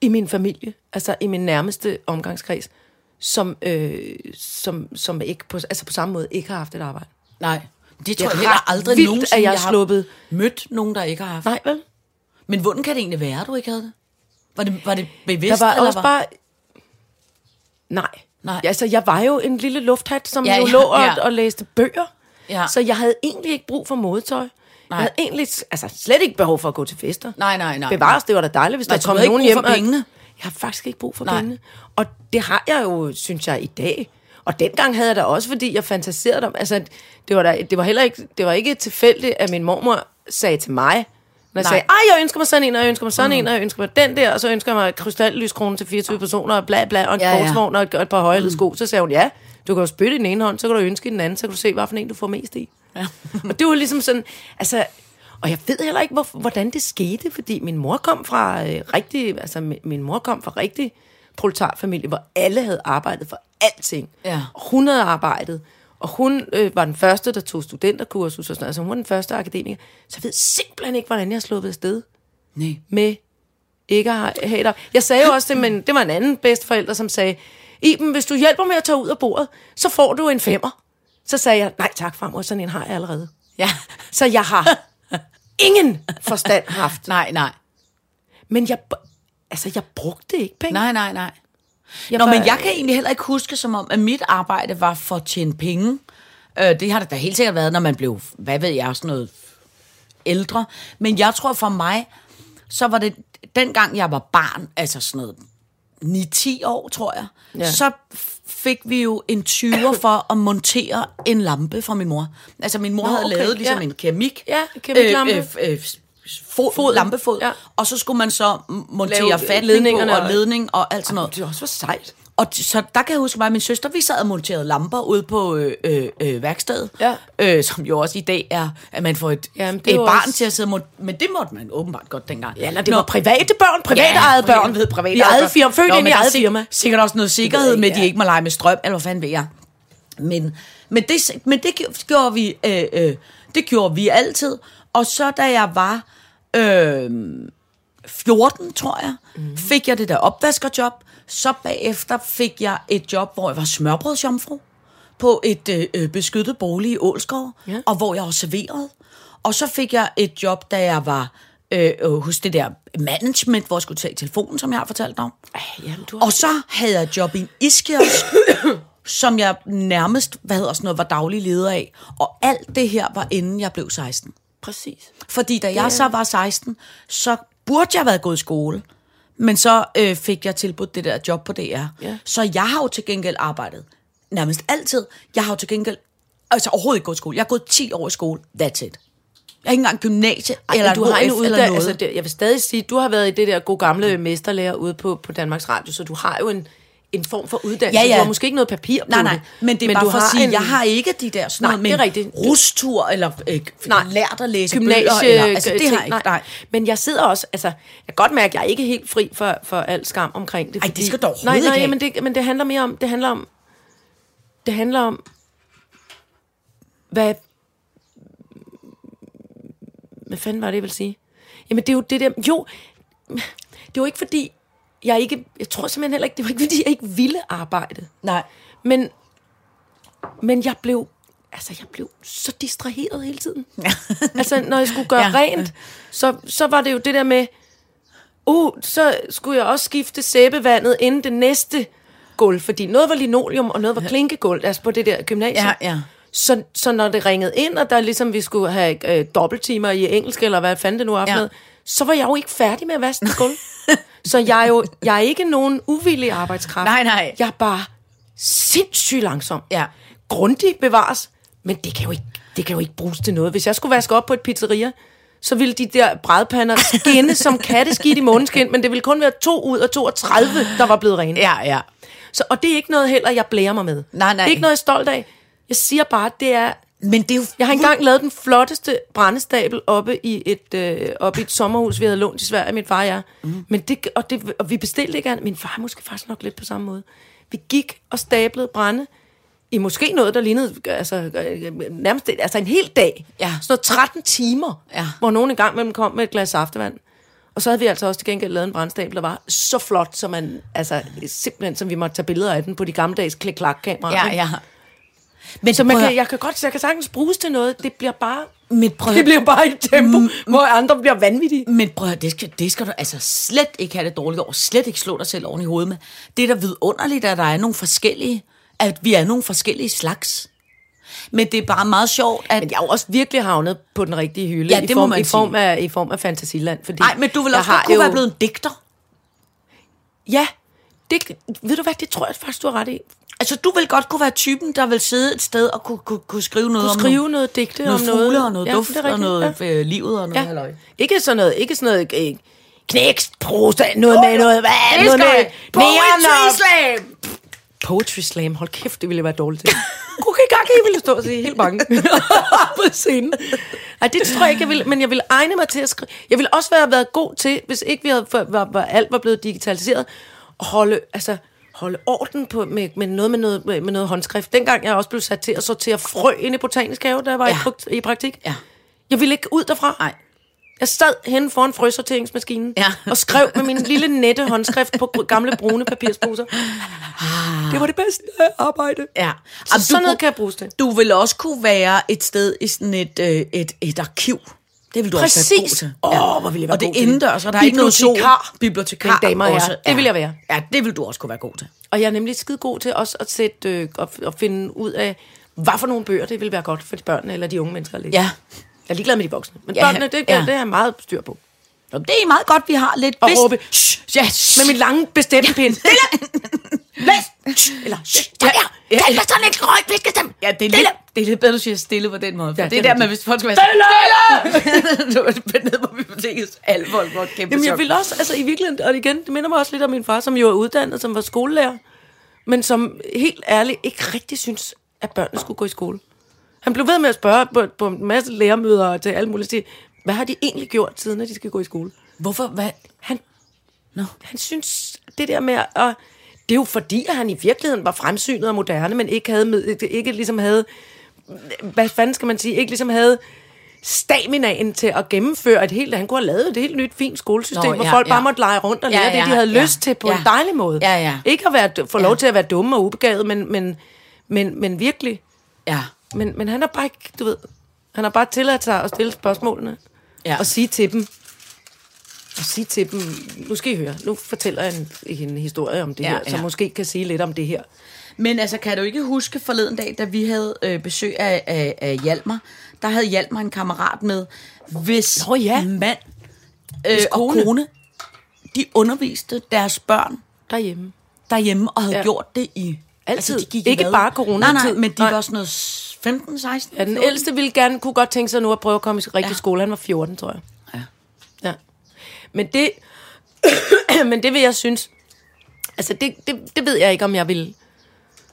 i min familie, altså i min nærmeste omgangskreds, som, øh, som, som ikke på, altså på samme måde ikke har haft et arbejde.
Nej. Det tror
Det er
jeg heller
ret
aldrig
vildt,
nogensinde,
at jeg er
har
sluppet.
mødt nogen, der ikke har haft.
Nej, vel?
Men hvordan kan det egentlig være, at du ikke havde det? Var det, var det bevidst,
Der var
eller
også
var...
bare... Nej.
Nej.
Ja, altså, jeg var jo en lille lufthat, som
Ja,
ja, jo
ja,
lå og,
ja.
og læste bøger.
Ja.
Så jeg havde egentlig ikke brug for modetøj. Nej. Jeg
Nej.
havde egentlig altså, slet ikke behov for at gå til fester.
Nej, nej, nej.
Bevares, det var da dejligt, hvis
Nej,
der
så
kom
du havde
nogen
ikke
hjem.
brug for
og-
pengene?
Jeg har faktisk ikke brug for
Nej.
nej. pengene. Og det har jeg jo, synes jeg, i dag. Og dengang havde jeg da også, fordi jeg fantaserede om, altså, det var, da, det var heller ikke, det var ikke tilfældigt, at min mormor sagde til mig, når jeg
Nej.
sagde, ej, jeg ønsker mig sådan en, og jeg ønsker mig sådan mm. en, og jeg ønsker mig den der, og så ønsker jeg mig krystallyskronen til 24 personer, og bla bla, og en
Ja,
ja,
ja.
sportsvogn, og et, og et par højhælede sko. Så sagde hun, ja, du kan jo spytte i den ene hånd, så kan du ønske i den anden, så kan du se, hvad for en du får mest i.
Ja.
og det var ligesom sådan, altså, og jeg ved heller ikke, hvor, hvordan det skete, fordi min mor kom fra øh, rigtig, altså min, min mor kom fra rigtig proletarfamilie, hvor alle havde arbejdet for alting.
Ja.
Og hun havde arbejdet, og hun øh, var den første, der tog studenterkursus og sådan noget, altså hun var den første akademiker. Så jeg ved simpelthen ikke, hvordan jeg er sluppet afsted
Nej.
med ikke at have- have et arbejde. Jeg sagde jo også det, men det var en anden bedsteforælder, som sagde, Iben, hvis du hjælper med at tage ud af bordet, så får du en femmer. Så sagde jeg, nej tak, farmor, sådan en har jeg allerede.
Ja.
Så jeg har ingen forstand haft.
Nej, nej.
Men jeg, altså, jeg brugte ikke penge.
Nej, nej, nej.
jeg
Nå,
var-
men jeg kan egentlig heller ikke huske, som om, at mit arbejde var for at tjene penge. Øh, det har det da helt sikkert været, når man blev, hvad ved jeg, sådan noget ældre. Men jeg tror for mig, så var det, dengang jeg var barn, altså sådan noget 9-10 år, tror jeg, ja.
Ja.
så fik vi jo en 20'er for at montere en lampe fra min mor. Altså min mor Nå, havde
okay,
okay, lavet ligesom
ja.
en keramik.
Ja, keramiklampe.
Øh, øh, øh, fod, fod. Lampefod. Ja.
Ja.
Og så skulle man så montere
Lave
fatning
ledningerne
på, og
og-
ledning og alt sådan noget.
Det var også for sejt.
Og t- så der kan jeg huske mig og min søster, vi sad og monterede lamper ude på øh, øh, øh, værkstedet,
Ja.
øh, som jo også i dag er, at man får et,
Jamen, det
et
er jo
barn
også-
til at sidde og mon- Men det måtte man åbenbart godt dengang.
Ja, eller det var private børn, private
Ja,
ejede
for
børn.
helvede, private
I
ejede
eget firma, født
Nå,
ind i
men der er
eget
sik-
firma.
Sikkert også noget sikkerhed
jeg
med, at
ikke,
de
ja.
ikke må lege med strøm, eller hvad fanden ved jeg. Men, men, det, s- men det gj- gjorde vi, øh, øh, det gjorde vi altid. Og så da jeg var øh, 14, tror jeg, mm. fik jeg det der opvaskerjob. Så bagefter fik jeg et job, hvor jeg var smørbrødsjomfru på et øh, øh, beskyttet bolig i Ålskov, ja.
Ja.
og hvor jeg også serverede. Og så fik jeg et job, da jeg var øh, øh, hos det der management, hvor jeg skulle tage telefonen, som jeg har fortalt dig om.
Ej, jamen, du har...
Og så havde jeg et job i en iskiosk, som jeg nærmest, hvad hedder sådan noget, var daglig leder af. Og alt det her var inden jeg blev 16.
Præcis.
Fordi da jeg så var 16, så burde jeg have været gået i skole. Men så øh, fik jeg tilbudt det der job på DR.
Ja.
Så jeg har jo til gengæld arbejdet nærmest altid. Jeg har jo til gengæld altså overhovedet ikke gået i skole. Jeg har gået 10 år i skole. That's it. Jeg har ikke engang gymnasie Ej, eller
Eller du har en
en
uddannelse.
eller noget. Mm.
Altså, det, jeg vil stadig sige, du har været i det der gode gamle mesterlærer ude på, på Danmarks Radio, så du har jo en, en form for uddannelse.
Ja, ja.
Du har måske ikke noget papir på
nej,
det.
nej, men det er men
du
bare for at
har
sige,
en-
en... jeg har ikke de der sådan
Nej,
noget med
det er rigtigt. Du-
rustur, eller øh,
Nej.
nej. lært at læse
gymnasie,
bøger, eller, altså det har jeg ikke,
Nej.
nej.
Men jeg sidder også, altså, jeg kan godt mærke, at jeg er ikke helt fri for, for al skam omkring det.
Ej, det skal du overhovedet
nej, nej,
ikke have.
men det, men det handler mere om, det handler om, det handler om, hvad, hvad fanden var det, jeg ville sige? Jamen, det er jo det der, jo, det var ikke fordi, jeg ikke, jeg tror simpelthen heller ikke, det var ikke fordi, jeg ikke ville arbejde.
Nej.
Men, men jeg blev, altså jeg blev så distraheret hele tiden. altså når jeg skulle gøre ja.
Ja.
rent, så, så var det jo det der med, uh, så skulle jeg også skifte sæbevandet inden det næste gulv, fordi noget var linoleum, og noget var klinkegulv, altså på det der gymnasium.
Ja, ja.
Så, så når det ringede ind, og der ligesom vi skulle have øh, dobbelttimer i engelsk, eller hvad fanden det nu er for
Ja.
noget, så var jeg jo ikke færdig med at vaske det gulv. så jeg er jo jeg er ikke nogen uvillig arbejdskraft.
Nej, nej.
Jeg er bare sindssygt langsom.
Ja.
Grundigt bevares, men det kan, jo ikke, det kan jo ikke bruges til noget. Hvis jeg skulle vaske op på et pizzeria, så ville de der brædpander skinne som katteskidt i måneskin, men det ville kun være to ud af 32, der var blevet rene.
Ja, ja.
Så, og det er ikke noget heller, jeg blærer mig med.
Nej, nej.
Det er ikke noget, jeg er stolt af. Jeg siger bare, det er...
Men det er jo...
Jeg har engang lavet den flotteste brændestabel oppe i et, øh, oppe i et sommerhus, vi havde lånt i Sverige, min far og jeg. Mm. Men det, og, det, og vi bestilte ikke andet. Min far er måske faktisk nok lidt på samme måde. Vi gik og stablede brænde i måske noget, der lignede altså, øh, nærmest altså en hel dag.
Ja.
Sådan noget 13 timer,
Ja.
hvor nogen engang mellem kom med et glas saftevand. Og så havde vi altså også til gengæld lavet en brændstabel, der var så flot, som man, altså, simpelthen, som vi måtte tage billeder af den på de gammeldags klik-klak-kameraer.
Ja,
ikke?
ja. Men,
Så man
prøv at-
kan, jeg kan godt, jeg kan sagtens bruges til noget. Det bliver bare,
men prøv at-
det bliver bare et tempo, mm, hvor andre bliver vanvittige.
Men prøv at høre, det skal, det skal du altså slet ikke have det dårligt over. Slet ikke slå dig selv oven i hovedet med. Det er da vidunderligt, at der er nogle forskellige, at vi er nogle forskellige slags. Men det er bare meget sjovt, at...
Men jeg er jo også virkelig havnet på den rigtige hylde
Ja,
i,
det må
form,
man
i, form
sige.
af, i form af Fantasiland. Fordi
Nej, men du vil
jeg
også godt kunne være blevet en digter.
Ja, det, ved du hvad, det tror jeg faktisk, du har ret i.
Altså, du vil godt kunne være typen, der vil sidde et sted og kunne, kunne, kunne skrive noget
Du
om
skrive noget digte
noget,
om
noget
noget.
fugle og noget
Ja,
duft
det er rigtigt,
og noget ja. livet og noget
Ja.
halløj.
ja. Ikke sådan noget, ikke sådan noget øh, knæksprosa, noget med noget, hvad, noget med neon og-
slam!
Poetry Slam, hold kæft, det ville jeg være dårligt til. Kukke gakke, jeg ville stå og sige helt bange på scenen. Ej, det tror jeg ikke, jeg ville, men jeg ville egne mig til at skrive. Jeg ville også være været god til, hvis ikke vi havde, for, var, var, alt var blevet digitaliseret, at holde, altså, holde orden på, med, med, noget, med, noget, med, med noget håndskrift. Dengang jeg også blev sat til at sortere frø inde i botanisk have, da jeg var ja. i,
Ja.
prakt- i praktik.
Ja.
Jeg ville ikke ud derfra.
Nej.
Jeg sad henne foran frøsorteringsmaskinen
Ja.
og skrev med min lille nette håndskrift på gamle brune papirsposer. Det var det bedste arbejde.
Ah. Ja.
Så
Jamen,
sådan
du
noget
kunne-
kan jeg bruges til.
Du vil også kunne være et sted i sådan et, øh, et, et arkiv. Det vil du også være altså god
Præcis.
til.
Åh, ja. hvor ville jeg være
Og det
god
er
til
indendørs, og der er ikke noget sol.
Bibliotekar.
Bibliotekar.
Mine damer og herrer,
også.
det vil jeg være.
Ja, det vil du også kunne være god til.
Og jeg er nemlig skide god til også at sætte øh, og, og finde ud af, hvad for nogle bøger det ville være godt for de børnene eller de unge mennesker at læse.
Ja.
Jeg er ligeglad med de voksne. Men
Ja,
børnene, det, ja.
ja.
det har jeg meget styr på.
Nå, det er meget godt, vi har lidt...
Og
vidst-
råbe,
Shh, ja, shh.
Med min lange bestemmepind. Stille! Læs! Shh! Eller, shh, der er!
Ja.
Kald mig sådan en grøn fiskestemme!
Ja, det er, lidt,
Stille!
det er lidt bedre, du siger stille på den måde. For
Ja,
ja,
det
det,
er
det er der
rigtigt.
med, hvis folk skal være stille! du er nede på bibliotekets alvor, hvor et kæmpe
Jamen, jeg
chok.
vil også, altså i virkeligheden, og igen, det minder mig også lidt om min far, som jo er uddannet, som var skolelærer, men som helt ærligt ikke rigtig synes, at børnene skulle gå i skole. Han blev ved med at spørge på, på en masse lærermøder og til alle mulige ting, hvad har de egentlig gjort, siden at de skal gå i skole?
Hvorfor? Hvad?
Han,
Nå.
han synes, det der med at... at det er jo fordi, at han i virkeligheden var fremsynet og moderne, men ikke, havde, med- ikke ligesom havde... Hvad fanden skal man sige? Ikke ligesom havde staminaen til at gennemføre et helt... Han kunne have lavet et helt nyt, fint skolesystem, Nå,
Nå,
ja, hvor
ja,
folk
ja.
bare måtte lege rundt og lære ja, ja, det, de havde ja, lyst til på ja. en dejlig måde.
Ja, ja.
Ikke at være, få lov ja. til at være dumme og ubegavet, men, men, men, men virkelig...
Ja.
Men, men han har bare ikke, du ved... Han har bare tilladt sig at stille spørgsmålene
ja.
og sige til dem, og sige til dem, nu skal I høre, nu fortæller jeg en, en historie om det ja,
Ja,
her, ja. som
ja.
måske kan sige lidt om det her.
Men altså, kan du ikke huske forleden dag, da vi havde øh, besøg af, af, af Hjalmar? Der havde Hjalmar en kammerat med, hvis
Nå ja.
mand øh,
Hvis
og
kone.
kone, de underviste deres børn
Derhjemme.
derhjemme og havde
Ja.
ja. gjort det i Altså,
Altid.
de gik i
Ikke
hvad?
bare corona
Nej, nej, men de var sådan noget 15, 16.
Ja, den
14.
ældste ville gerne, kunne godt tænke sig nu at prøve at komme i rigtig
Ja.
ja. skole. Han var 14, tror jeg.
Ja.
Ja. Men det, men det vil jeg synes, altså det, det, det ved jeg ikke, om jeg vil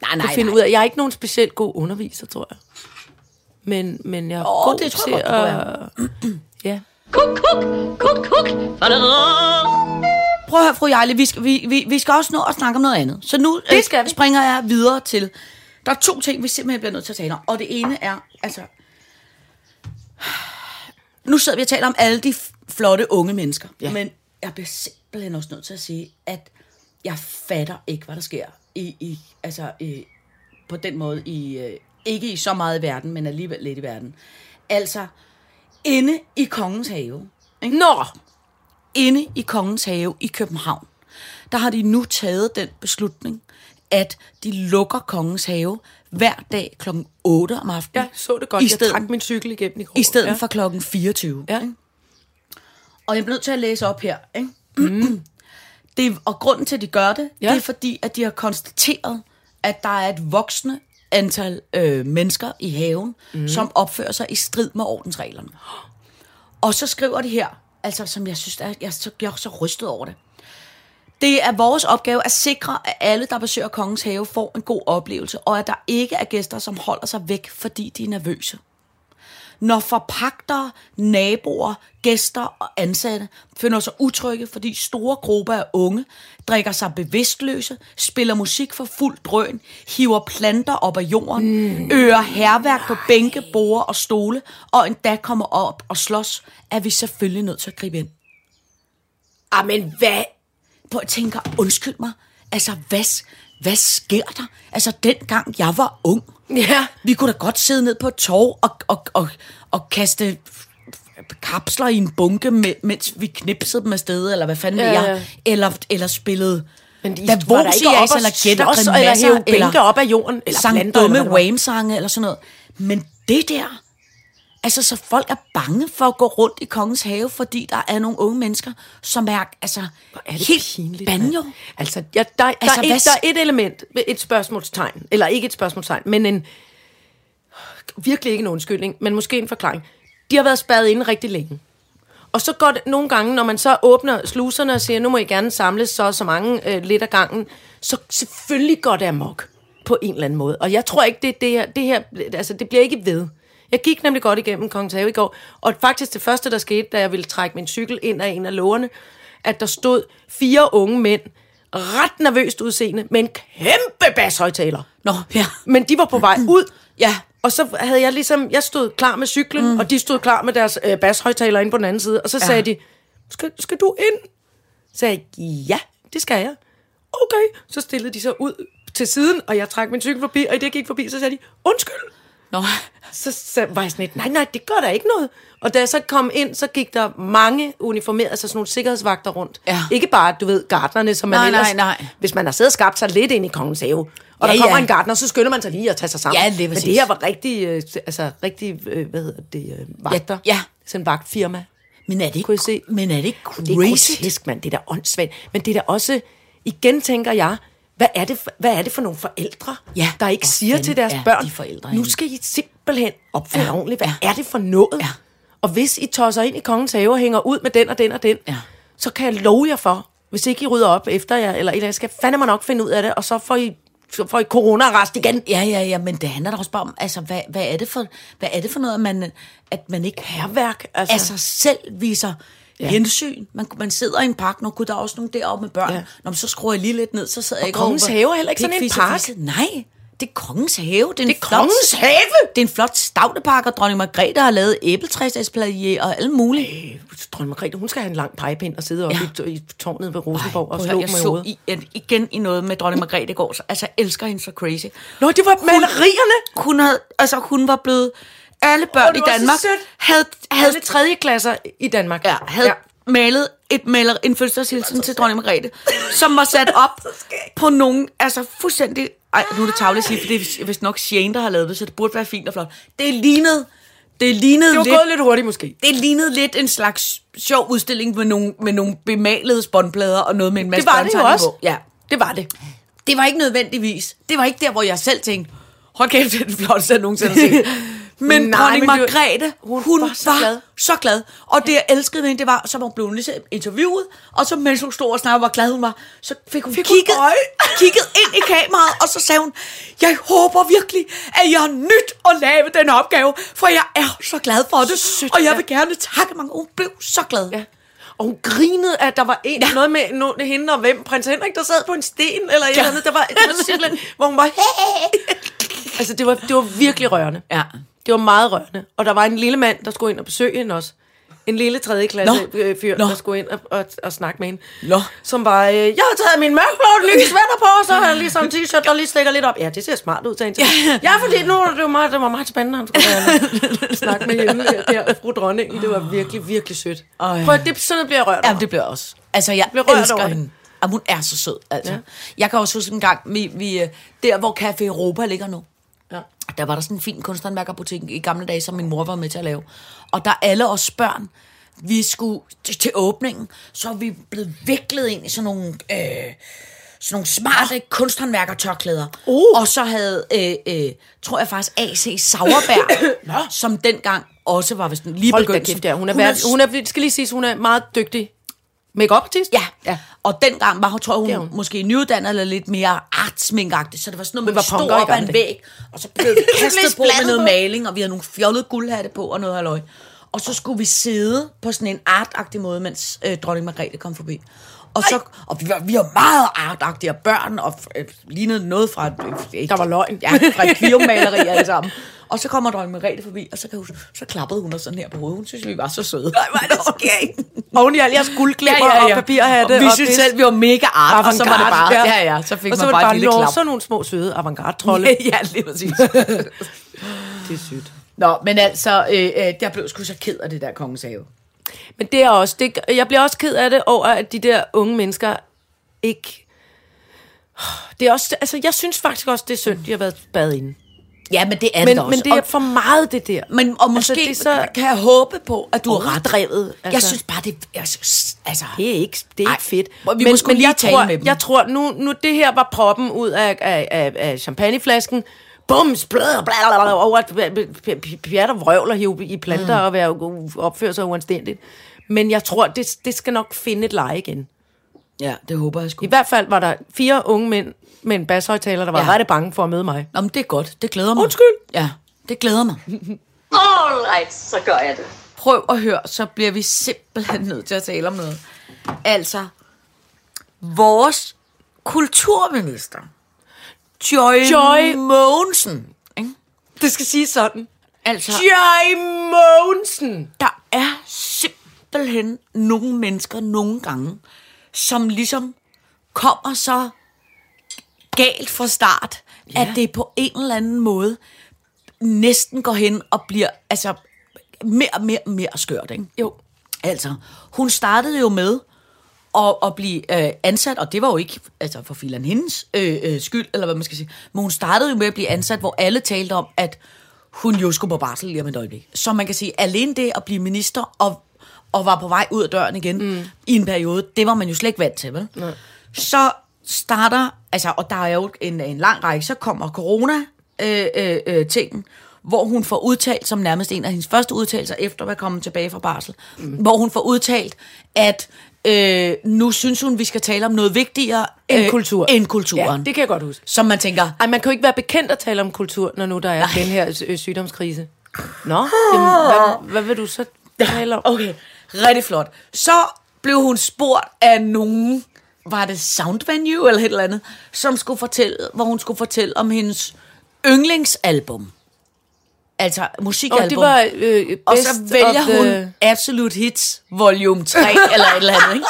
Nej,
nej, finde nej. ud af. Jeg er ikke nogen specielt god underviser, tror jeg. Men, men jeg er
Åh,
god
det tror
til
jeg godt, du
at... ja.
Kuk, kuk, kuk, kuk. Fadadadada.
Prøv at høre, fru Jejle, vi skal, vi, vi, vi skal også nå at snakke om noget andet. Så nu
Det skal
øh,
vi.
springer jeg videre til... Der er to ting, vi simpelthen bliver nødt til at tale om. Og det ene er, altså... Nu sidder vi og taler om alle de f- flotte unge mennesker. Ja. Men jeg bliver simpelthen også nødt til at sige, at jeg fatter ikke, hvad der sker i, i, altså, i, på den måde i... Øh, ikke i så meget i verden, men alligevel lidt i verden. Altså, inde i kongens have,
Nå!
inde i Kongens Have i København, der har de nu taget den beslutning, at de lukker Kongens Have hver dag kl. 8 om aftenen.
Jeg så det godt.
I
I jeg
stedet,
trak min cykel igennem i går.
i stedet
ja.
ja. for klokken 24.
Ja.
Ikke? Og jeg bliver nødt til at læse op her. Ikke? Mm. Det, er- og grunden til, at de gør det, ja.
Ja.
det er fordi, at de har konstateret, at der er et voksende antal øh, mennesker i haven, mm. som opfører sig i strid med ordensreglerne. Og så skriver de her, altså som jeg synes, er, jeg, er så, jeg er så rystet over det. Det er vores opgave at sikre, at alle, der besøger Kongens Have, får en god oplevelse, og at der ikke er gæster, som holder sig væk, fordi de er nervøse når forpagtere, naboer, gæster og ansatte finder sig utrygge, fordi store grupper af unge drikker sig bevidstløse, spiller musik for fuld drøn, hiver planter op af jorden, mm. øger herværk på bænke, borde og stole, og endda kommer op og slås, er vi selvfølgelig nødt til at gribe ind.
Ah, men hvad?
Hvor jeg tænker, undskyld mig, altså hvad, s- hvad sker der? Altså dengang jeg var ung,
Ja.
vi kunne da godt sidde ned på et torv og, og, og, og kaste kapsler i en bunke, me- mens vi knipsede dem afsted, eller hvad fanden ja,
Ja,
ja.
ja.
jeg, eller, eller spillede
Men de var der ikke
Davosias,
op og
altså, eller gætter,
slås, eller
grimasser,
hæve bænke op af jorden, eller planter,
sang
eller hvad
dumme
det var.
Wham-sange, eller sådan noget. Men det der, altså så folk er bange for at gå rundt i kongens have, fordi der er nogle unge mennesker, som er, altså,
er det
helt
pinligt,
banjo.
mand. Altså, ja, der, der, altså,
Altså,
er
hvad
et,
s-
der er et element, et spørgsmålstegn, eller ikke et spørgsmålstegn, men en virkelig ikke en undskyldning, men måske en forklaring. De har været spadet inde rigtig længe. Og så går det nogle gange, når man så åbner sluserne og siger, nu må I gerne samles så og så mange øh, lidt af gangen, så selvfølgelig går det amok på en eller anden måde. Og jeg tror ikke, det, det, her, det her, altså det bliver ikke ved. Jeg gik nemlig godt igennem Kongens Have i går, og faktisk det første, der skete, da jeg ville trække min cykel ind af en af lågerne, at der stod fire unge mænd, ret nervøst udseende, med en kæmpe bashøjtaler.
Nå, ja.
Men de var på vej ud,
Ja,
og så havde jeg ligesom, jeg stod klar med cyklen, mm. og de stod klar med deres øh, bashøjtaler inde på den anden side. Og så
Ja.
sagde de, skal, skal du ind? Så sagde jeg, ja, det skal jeg. Okay, så stillede de sig ud til siden, og jeg trak min cykel forbi, og i det jeg gik forbi, så sagde de, undskyld.
nå.
Så, så var jeg sådan lidt, nej, nej, det gør der ikke noget. Og da jeg så kom ind, så gik der mange uniformerede, altså sådan nogle sikkerhedsvagter rundt.
Ja.
Ikke bare, du ved, gardnerne, som man
Nej,
ellers...
nej, nej.
Hvis man har siddet og skabt sig lidt ind i kongens have, og
Ja,
der kommer
ja.
en gardner, så skynder man sig lige at tage sig sammen.
Ja, det er
Men
præcis.
det her var rigtig, øh, altså rigtig, øh, hvad hedder det, øh, vagter.
ja.
Sådan en vagtfirma.
Men er det ikke,
Kunne I se?
Men er det ikke crazy?
Det er grotesk, mand. Det er da åndssvagt. Men det er da også, igen tænker jeg, hvad er det for, hvad er det for nogle forældre,
Ja,
der ikke
hvor
siger
fanden
til deres
er
børn,
de
nu
forældre henne?"
skal I simpelthen opføre
Ja,
ja, ordentligt. Hvad
ja.
ja. er det for noget?
Ja.
Og hvis I tosser ind i kongens have og hænger ud med den og den og den,
Ja.
så kan jeg love jer for, hvis ikke I rydder op efter jer, eller, eller jeg skal fandme nok finde ud af det, og så får I, så får I corona-rest igen.
Ja, ja, ja, men det handler da også bare om, altså, hvad, hvad, er, det for, hvad er det for noget, at man, at man ikke
Herværk, altså.
altså selv viser ja. hensyn. Man, man sidder i en park, nu kunne der er også nogen deroppe med børn. Ja.
Ja.
Når så skruer jeg lige lidt ned, så sidder jeg ikke
Kongens
og råber,
Have er heller ikke sådan en
"Pik, fisse,
park."
fisse." Nej, det er kongens have. Det er, en
Det er
flot-
kongens have!
Det er en flot stavtepark, og dronning Margrethe har lavet æbletræsespladie og alle mulige.
Øh, Dronning Margrethe, hun skal have en lang pegepind og sidde oppe ja. i, i tårnet ved Rosenborg Ej, og
prøv at
slå dem
høre, jeg
i
så
hovedet.
i, igen i noget med dronning Margrethe i går, så, altså jeg elsker hende så crazy.
Nå, det var malerierne!
hun havde, altså hun var blevet, alle børn
Åh,
i
det var så
Danmark
sødt.
havde, havde,
Alle tredje klasser i Danmark.
ja, havde ja. malet et maler, en fødselsdagshilsen til dronning Margrethe, som var sat op på nogen, altså fuldstændig, ej, nu er det tavligt at sige, for det er vist nok Shane, der har lavet det, så det burde være fint og flot. Det lignede, det lignede
Det var
lidt,
gået lidt hurtigt måske.
det lignede lidt en slags sjov udstilling med nogle, med nogle bemalede spåndplader og noget med en masse
Det var det jo
børnetegninger
også.
på. Ja.
Det var det.
Det var ikke nødvendigvis. Det var ikke der, hvor jeg selv tænkte, hold kæft, det er den flotteste, jeg nogensinde har set. Men
Nej,
dronning
men det var-
Margrethe, hun, hun var, så, var glad. så glad. Og det, jeg elskede ved hende, det var, så var hun blev ligesom interviewet, og så mens hun stod og snakkede, hvor glad hun var, så fik hun, fik kigget, hun kigget ind i kameraet, og så sagde hun, jeg håber virkelig, at jeg har nyt at lave den opgave, for jeg er så glad for det,
Sødt,
og jeg
ja.
vil gerne takke mange. Hun blev så glad.
Ja. Og hun grinede, at der var en, ja. noget med no, hende og hvem, prins Henrik, der sad på en sten, eller et
Ja.
eller andet, der var, der var simpelthen, hvor hun var, altså det var, det var virkelig rørende.
Ja.
Det var meget rørende. Og der var en lille mand, der skulle ind og besøge hende også. En lille 3. klasse
Nå.
øh, fyr,
Nå.
der skulle ind og, og, og snakke med hende.
Nå.
Som var, øh, jeg har taget min mørkblå lys sweater på, og så har jeg ligesom en t-shirt, der lige stikker lidt op. Ja, det ser smart ud, sagde han. Ja. ja, fordi nu er det jo meget, det var meget spændende, han skulle være og snakke med hende der, der, fru dronningen. Det var virkelig, virkelig sødt.
Ej.
Prøv, at- det, sådan noget bliver jeg rørt
Ja,
over.
det bliver jeg også. Altså, jeg
bliver rørt
elsker
over
hende. Jamen, hun er så sød, altså. Ja. Jeg kan også huske en gang, vi, vi, øh, der hvor Café Europa ligger nu,
Ja.
der var der sådan en fin kunstnermærkerbutik i gamle dage, som min mor var med til at lave. Og der alle os børn, vi skulle til, til åbningen, så er vi blevet viklet ind i sådan nogle... Øh, sådan nogle smarte kunsthåndværkertørklæder.
Uh.
Og så havde, øh, øh, tror jeg faktisk, AC Sauerberg, som dengang også var vist lige
Hold da
begyndt.
kæft, ja. Hun er, verdens- hun er, skal lige sige, hun er meget dygtig make artist
Ja. ja. Og dengang var, hun, tror jeg, hun,
Det er
hun
hun.
måske nyuddannet eller lidt mere artsminkagtig, så det var sådan noget,
Hun
man
var
stod
punker i
op ad en
gamle dage.
væg, og så blev det
Blev
kastet på med
splattet
noget
på.
maling, og vi havde nogle fjollede guldhatte på og noget halløj. Og så skulle vi sidde på sådan en artagtig måde, mens øh, dronning Margrethe kom forbi. Og, så, og vi, var, vi var meget artagtige og børn, og øh, lignede noget fra... Øh,
Der var løgn.
Ja, fra et kvirmaleri alle sammen. Og så kommer dronning Margrethe forbi, og så, kan hun, så klappede hun os sådan her på hovedet. Hun synes, vi var så søde. Nej,
hvor er det Oven i alt jeres guldglimmer ja, ja, ja. og papirhatte.
Og vi
og
synes
pis.
selv, vi var mega art, og så var det bare, ja, ja, så fik
og
man
så var
bare,
det
et lille
"Nå,
klap.
sådan nogle små søde avantgarde-trolde.
ja, lige præcis.
det er sygt.
Nå, men altså, øh, øh, jeg blev sgu så ked af det der kongens have.
Men det er også, det, jeg bliver også ked af det over, at de der unge mennesker ikke... Det er også, altså, jeg synes faktisk også, det er synd, de har været badet inde.
Ja, men det er
Men,
det også.
men det er
og,
for meget, det der.
men, og
Altså,
måske
det er
altså, så,
så-
kan jeg håbe på, at du har ret.
Overdrevet,
Altså. Jeg
altså.
synes bare, det jeg synes, altså,
Det er ikke, det er
Ej,
ikke fedt.
hvor vi må sgu lige
jeg
tale
tror,
med dem.
Jeg tror, nu, nu det her var proppen ud af, af, af, af champagneflasken. Bum, splød, blablabla, over at p- p- p- pjat og vrøvl og hive i planter mm. og være, u- opføre sig uanstændigt. Men jeg tror, det, det skal nok finde et leje igen.
ja, det håber jeg sgu.
I hvert fald var der fire unge mænd med en bashøjtaler, der var
Ja.
ja. ret bange for at møde mig.
Nå, men det er godt. Det glæder mig.
Undskyld.
Ja, det glæder mig.
All right, så gør jeg det.
prøv at høre, så bliver vi simpelthen nødt til at tale om noget. Altså, vores kulturminister, Joy,
Joy-
Mogensen, ikke?
Det skal sige sådan.
altså,
Jai Mogensen!
der er simpelthen nogle mennesker nogle gange, som ligesom kommer så galt fra start, ja. at det på en eller anden måde næsten går hen og bliver altså mere og mere, mere skørt, ikke?
Jo.
Altså, hun startede jo med at, at blive øh, ansat, og det var jo ikke altså for filan hendes øh, øh, skyld, eller hvad man skal sige, men hun startede jo med at blive ansat, hvor alle talte om, at hun jo skulle på barsel lige om et øjeblik. Så man kan sige, alene det at blive minister og, og var på vej ud af døren igen mm. i en periode, det var man jo slet ikke vant til, vel? Nej. Så starter, altså, og der er jo en, en lang række, så kommer corona øh, øh, øh, tingen, hvor hun får udtalt, som nærmest en af hendes første udtalelser efter at være kommet tilbage fra barsel, mm. hvor hun får udtalt, at øh, nu synes hun, vi skal tale om noget vigtigere øh,
En kultur.
end kulturen.
Ja, det kan jeg godt huske.
Som man tænker, "Øh,
Ej, man kan jo ikke være bekendt at tale om kultur, når nu der er den her ø- sygdomskrise. Nå, jamen, hvad, hvad vil du så tale om?
okay, rigtig flot. Så blev hun spurgt af nogen, var det Sound Venue eller et eller andet, som skulle fortælle, hvor hun skulle fortælle om hendes yndlingsalbum. Altså musikalbum.
Og det var øh, best
Og så vælger
of the...
hun Absolute Hits Volume 3 eller et eller andet, ikke?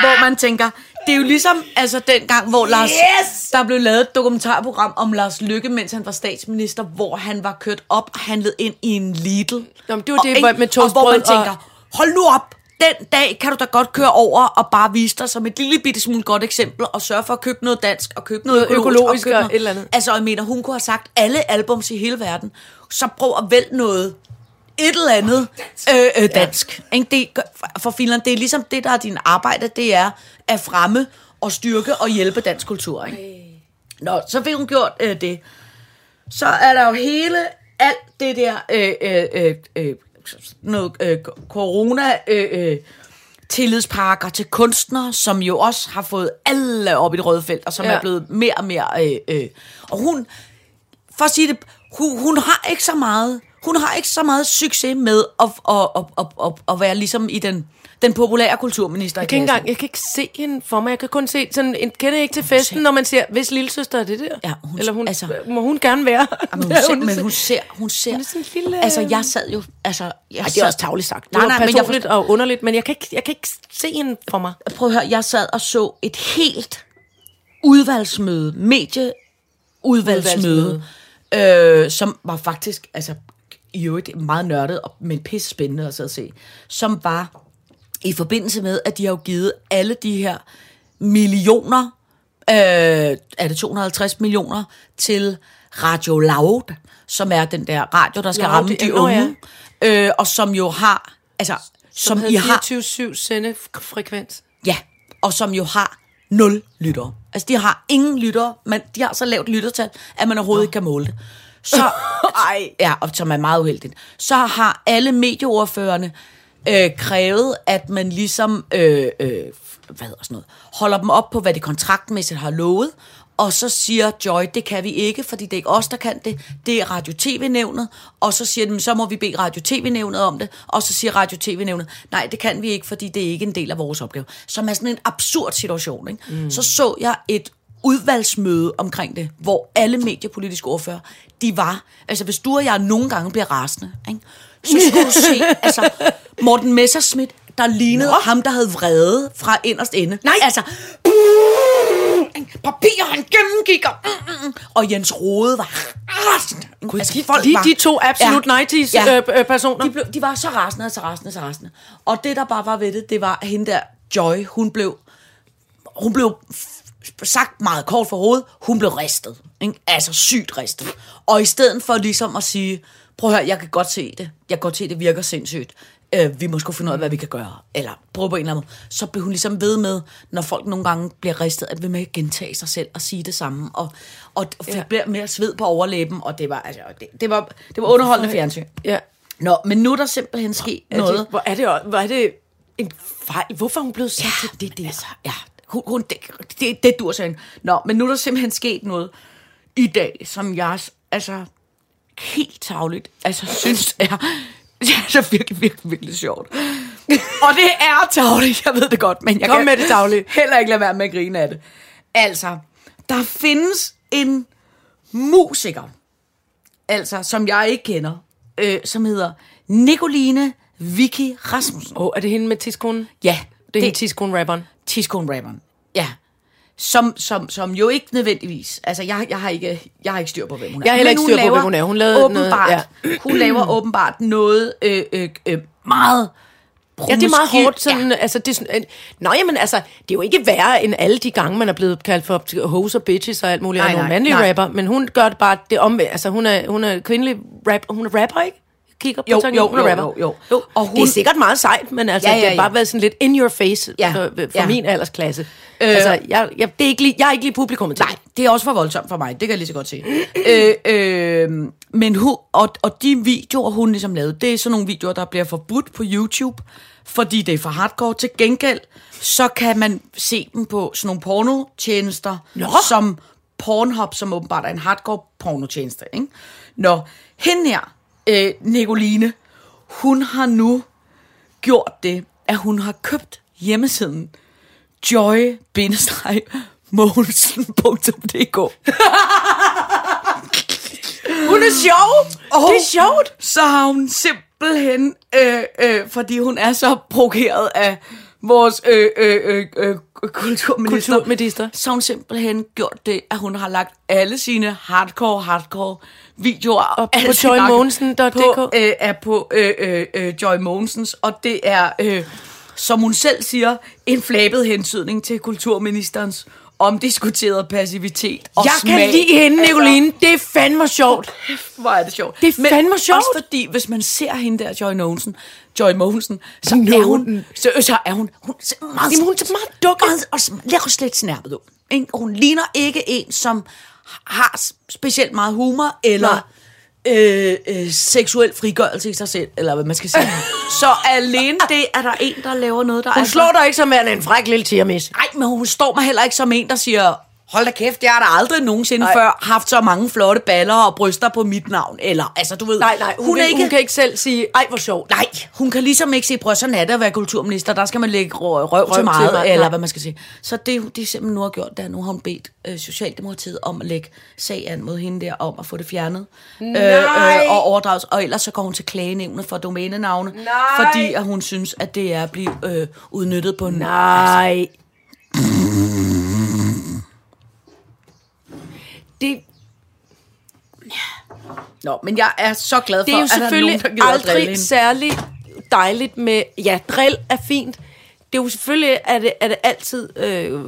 Hvor man tænker, det er jo ligesom altså den gang, hvor Lars,
Yes!
der blev lavet et dokumentarprogram om Lars Lykke, mens han var statsminister, hvor han var kørt op og handlet ind i en Lidl.
Nå, men det var det,
ikke?
hvor- med
og hvor
toastbrød
man
og-
tænker, hold nu op, den dag kan du da godt køre over og bare vise dig som et lille bitte smule godt eksempel og sørge for at købe noget dansk og købe noget økologisk.
økologisk
købe
og
noget-
et eller andet.
Altså, jeg mener, hun kunne have sagt alle albums i hele verden, så prøv at vælge noget et eller andet øh, øh, dansk. Ja. Det, gør- for Finland, det er ligesom det, der er din arbejde, det er at fremme og styrke og hjælpe dansk kultur. Ikke? Nå, så fik hun gjort øh, det. Så er der jo hele alt det der øh, øh, øh, øh, noget, øh, corona øh, øh, tillidspakker til kunstnere, som jo også har fået alle op i det røde felt, og som ja.
Ja.
er blevet mere og mere... Øh, øh. Og hun, for at sige det, hun, hun har ikke så meget, hun har ikke så meget succes med at, at, at, at, at, at være ligesom i den, den populære kulturminister. i
Jeg kan, ikke
klassen.
engang, jeg kan ikke se hende for mig. Jeg kan kun se, sådan, en, kender jeg ikke til festen, når man siger, hvis lillesøster er det der?
Ja, hun-
Eller hun,
altså-
altså, må hun gerne være?
Jamen, hun,
Ja,
ser,
er
men
så-
hun ser, hun ser.
Hun er sådan en lille-
Altså, jeg sad jo... Altså, jeg Ej,
det er også tavligt sagt. Det
Nej, nej, men jeg,
personligt og underligt, men jeg kan, ikke, jeg kan ikke se hende for mig.
forstår- prøv at høre, jeg sad og så et helt udvalgsmøde, medieudvalgsmøde, øh, som var faktisk, altså, i øvrigt meget nørdet, og- men pisse spændende at sidde og se, som var i forbindelse med, at de har jo givet alle de her millioner, øh, er det 250 millioner, til Radio Loud, som er den der radio, der skal
Loud,
ramme
ja,
de
nå ja.
unge, øh, og som jo har, altså, som, som I har
24-7 sendefrekvens.
Ja, og som jo har nul lyttere. Altså, de har ingen lyttere, men de har så lavt lyttertal, at man overhovedet ikke kan måle det. Så, Ej. Ja, og som er meget uheldigt. Så har alle medieordførende øh, krævet, at man ligesom, øh, øh, hvad hedder sådan noget, holder dem op på, hvad de kontraktmæssigt har lovet, og så siger Joy, det kan vi ikke, fordi det er ikke os, der kan det. Det er Radio-TV-nævnet. Og så siger de, "Men så må vi bede Radio-TV-nævnet om det. Og så siger Radio-TV-nævnet, nej, det kan vi ikke, fordi det er ikke en del af vores opgave. Som er sådan en absurd situation. Ikke? Mm. Så så jeg et udvalgsmøde omkring det, hvor alle mediepolitiske ordfører, de var, altså hvis du og jeg nogle gange bliver rasende, ikke? så skulle du se, altså Morten Messerschmidt, der lignede Nå. ham, der havde vrede fra inderst ende. Nej. Altså, papirer, han gennemgik, og, mm, mm, mm. og Jens Rode var rasende. Altså, Gud,
de- lige de to absolut 90's, øh, øh, personer.
De, blev, de var så rasende, og så rasende, så rasende. Og det, der bare var ved det, det var hende der, Joy, hun blev, hun blev f- sagt meget kort for hovedet, hun blev ristet. Ikke? Altså sygt ristet. Og i stedet for ligesom at sige, prøv at høre, jeg kan godt se det, jeg kan godt se, det virker sindssygt, øh, vi må sgu finde ud af, hvad vi kan gøre, eller prøve på en eller anden måde, så blev hun ligesom ved med, når folk nogle gange bliver ristet, at ved med at gentage sig selv og sige det samme, og, og fik ja. mere sved på overlæben, og det var, altså, det, det var, det var underholdende fjernsyn.
Ja.
Nå, men nu er der simpelthen sket
Er det,
noget.
hvor er det, også- hvor er det en fejl? Hvorfor er hun blevet sagt til det der? Altså,
Ja, hun, hun, det, det, det dur sådan. Nå, men nu er der simpelthen sket noget i dag, som jeg s- altså helt tavligt altså, synes er, det er så virkelig, virkelig, virkelig sjovt. Og det er tavligt, jeg ved det godt, men jeg
Kom
kan
med det tarvelige.
heller ikke lade være med at grine af det. Altså, der findes en musiker, altså, som jeg ikke kender, øh, som hedder Nicoline Vicky Rasmussen.
Åh, oh, er det hende med tidskonen?
Ja,
Det er hende tidskonen-rapperen.
Tiskone Raymond. Ja. Som, som, som jo ikke nødvendigvis... Altså, jeg, jeg, har ikke, jeg har ikke styr på, hvem hun er.
Jeg har heller
Men
ikke styr på,
laver
hvem hun er. Hun lavede noget-
åbenbart, ja. Hun laver åbenbart noget øh, øh, øh, meget...
Ja, det er meget
bruneskilt.
hårdt. Sådan, ja. altså, det er sådan, en- Nå, jamen, altså, det er jo ikke værre end alle de gange, man er blevet kaldt for hoes og bitches og alt muligt.
Nej,
Nej, og nogle
nej,
mandlige
nej.
rapper, men hun gør det bare det om. Altså, hun er, hun er kvindelig rap, og hun er rapper, ikke? Kigger på
Jo,
tanken,
jo,
hun er
jo,
rapper.
jo, jo.
jo.
Og
Og
hun-
hun... Det er sikkert meget sejt, men altså,
Ja,
ja,
ja,
ja, det
ja.
har bare været sådan lidt in your face
Ja,
ja, for, for
ja.
ja. min aldersklasse. Øh, altså, jeg, jeg, det er ikke lige, jeg er ikke lige publikummet til
Nej, det er også for voldsomt for mig. Det kan jeg lige så godt se. øh, øh, men hun, og, og de videoer, hun ligesom lavede, det er sådan nogle videoer, der bliver forbudt på YouTube, fordi det er for hardcore. Til gengæld, så kan man se dem på sådan nogle pornotjenester, Nå. som Pornhub, som åbenbart er en hardcore pornotjeneste. Ikke? Nå, hende her, øh, Nicoline, hun har nu gjort det, at hun har købt hjemmesiden joy-mogensen.dk Hun er sjov! Og
Det er sjovt!
Så har hun simpelthen, øh, øh, fordi hun er så provokeret af vores øh, øh, øh, øh, kulturminister,
Kulturminister.
så har hun simpelthen gjort det, at hun har lagt alle sine hardcore, hardcore videoer op
på joymogensen.dk.
På, øh, er på øh, øh, øh, Joy Mogensens, og det er, øh, som hun selv siger, en flabet hentydning til kulturministerens omdiskuterede passivitet og
Jeg
smag. Altså,
kan lide hende, Nicoline. Det er fandme sjovt.
Hvor er det sjovt.
Det er fandme sjovt.
Også fordi, hvis man ser hende der, Joy Mogensen, Joy Mogensen, så er hun,
Mogensen.
så, så er hun, hun ser meget,
Jamen, hun er meget dukket.
meget- og laver slet snærpet ud. ikke? Og hun ligner ikke en, som har s- specielt meget humor, eller øh, øh, seksuel frigørelse i sig selv, eller hvad man skal sige. så alene det, at der er en, der laver noget, der
Hun
er...
slår dig ikke som værende en fræk lille tiramis.
Nej, men hun står mig heller ikke som en, der siger, hold da kæft, jeg har da aldrig nogensinde
Nej.
nej. før haft så mange flotte baller og bryster på mit navn. Eller, altså du ved,
Nej, nej, hun, hun,
er
vil, ikke... hun kan ikke selv sige, ej, hvor sjovt.
Nej, hun kan ligesom ikke se brøst og natte og være kulturminister. Der skal man lægge røv, røv, røv til meget,
meget,
til eller
nej.
hvad man skal sige. Så det, det er simpelthen nu har gjort, der nu har hun bedt øh, Socialdemokratiet om at lægge sag an mod hende der, om at få det fjernet. øh,
Nej.
og overdrages. Og ellers så går hun til klagenævnet for domænenavne. Nej. Fordi at hun synes, at det er at blive øh, udnyttet på en...
Nej. Det,
Nå, men jeg er så glad for,
det er jo
at der er
selvfølgelig
nogen, der gider at drille
aldrig
hende.
særlig dejligt med... Ja, drill er fint. Det er jo selvfølgelig, er det, er det altid øh,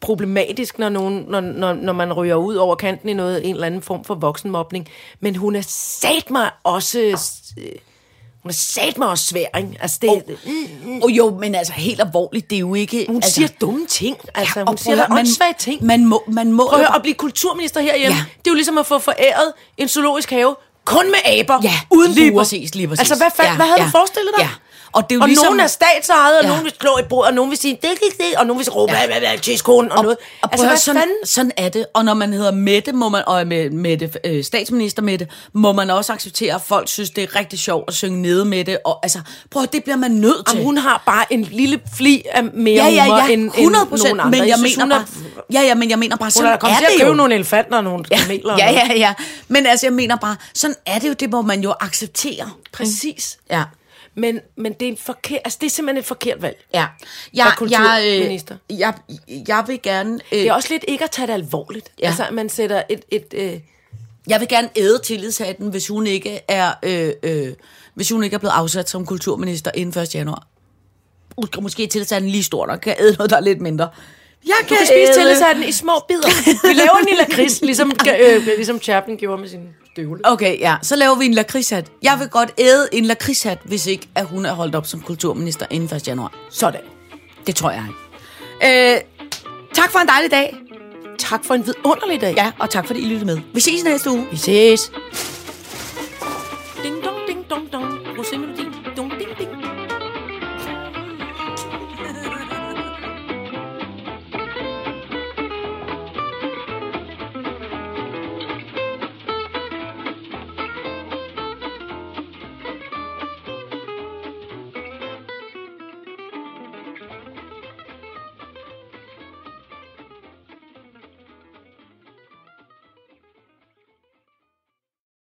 problematisk, når, nogen, når, når, når man ryger ud over kanten i noget, en eller anden form for voksenmobning. Men hun er sat mig også... Øh, hun er sat mig også svær, ikke? Altså, det, oh,
Oh, jo, men altså helt alvorligt, det er jo ikke...
hun
altså,
altså, siger dumme ting. Altså, ja,
og prøv
hun
at
siger
høre,
der åndssvage ting.
Man må, man må
Prøv at
jo-
høre, at blive kulturminister herhjemme, ja.
Ja.
det er jo ligesom at få foræret en zoologisk have kun med aber,
Ja,
uden
lige
buer.
præcis, lige præcis.
Altså, hvad, fa- ja,
Ja,
hvad havde ja.
ja.
du forestillet dig?
Ja. Og det er jo
og
ligesom-
nogen er statsejet, og ja.
Ja.
nogen vil slå et bord, og nogen vil sige, det gik det, og nogen vil råbe, hvad, hvad, hvad, tidskone, og, og noget.
Og
altså,
altså,
hvad
sådan,
fanden?
sådan er det. Og når man hedder Mette, må man, og er med, Mette, øh, statsminister Mette, må man også acceptere, at folk synes, det er rigtig sjovt at synge nede med det. Og altså, prøv at høre, det bliver man nødt til.
Jamen, hun har bare en lille fli af mere
ja, ja,
humor
ja,
end,
100
end nogen
procent,
andre.
men jeg,
synes,
mener
hun er,
bare, ja, ja, men jeg mener bare,
hun er
sådan
da kommet
er
til at
det
købe
jo.
nogle elefanter og nogle kameler. og
Ja,
noget.
ja, ja. Men altså, jeg mener bare, sådan er det jo, det må man jo acceptere.
Præcis.
Ja.
Men, men det er, en forkert, altså, det er simpelthen et forkert valg.
Ja.
Og
Jeg, jeg,
kulturminister.
øh, jeg, jeg vil gerne... Øh,
Det er også lidt ikke at tage det alvorligt. Ja.
Ja.
Altså, at man sætter et... et øh,
Jeg vil gerne æde tillidshatten, hvis hun ikke er, øh, øh, hvis hun ikke er blevet afsat som kulturminister inden 1. januar. Måske- Måske er tillidshatten lige stor nok, kan jeg æde noget, der er lidt mindre. Jeg
Du kan spise tillidshatten i små bidder. Vi laver en i lakrids, ligesom, øh, ligesom Chaplin gjorde med sin støvle.
Okay, ja. Så laver vi en lakridshat. Jeg vil godt æde en lakridshat, hvis ikke at hun er holdt op som kulturminister inden 1. januar.
Sådan.
Det tror jeg. Øh, tak for en dejlig dag.
Tak for en vidunderlig dag.
Ja, og tak fordi I lyttede med. Vi ses næste uge.
Vi ses. Ding dong, ding dong dong. Rosémelodien.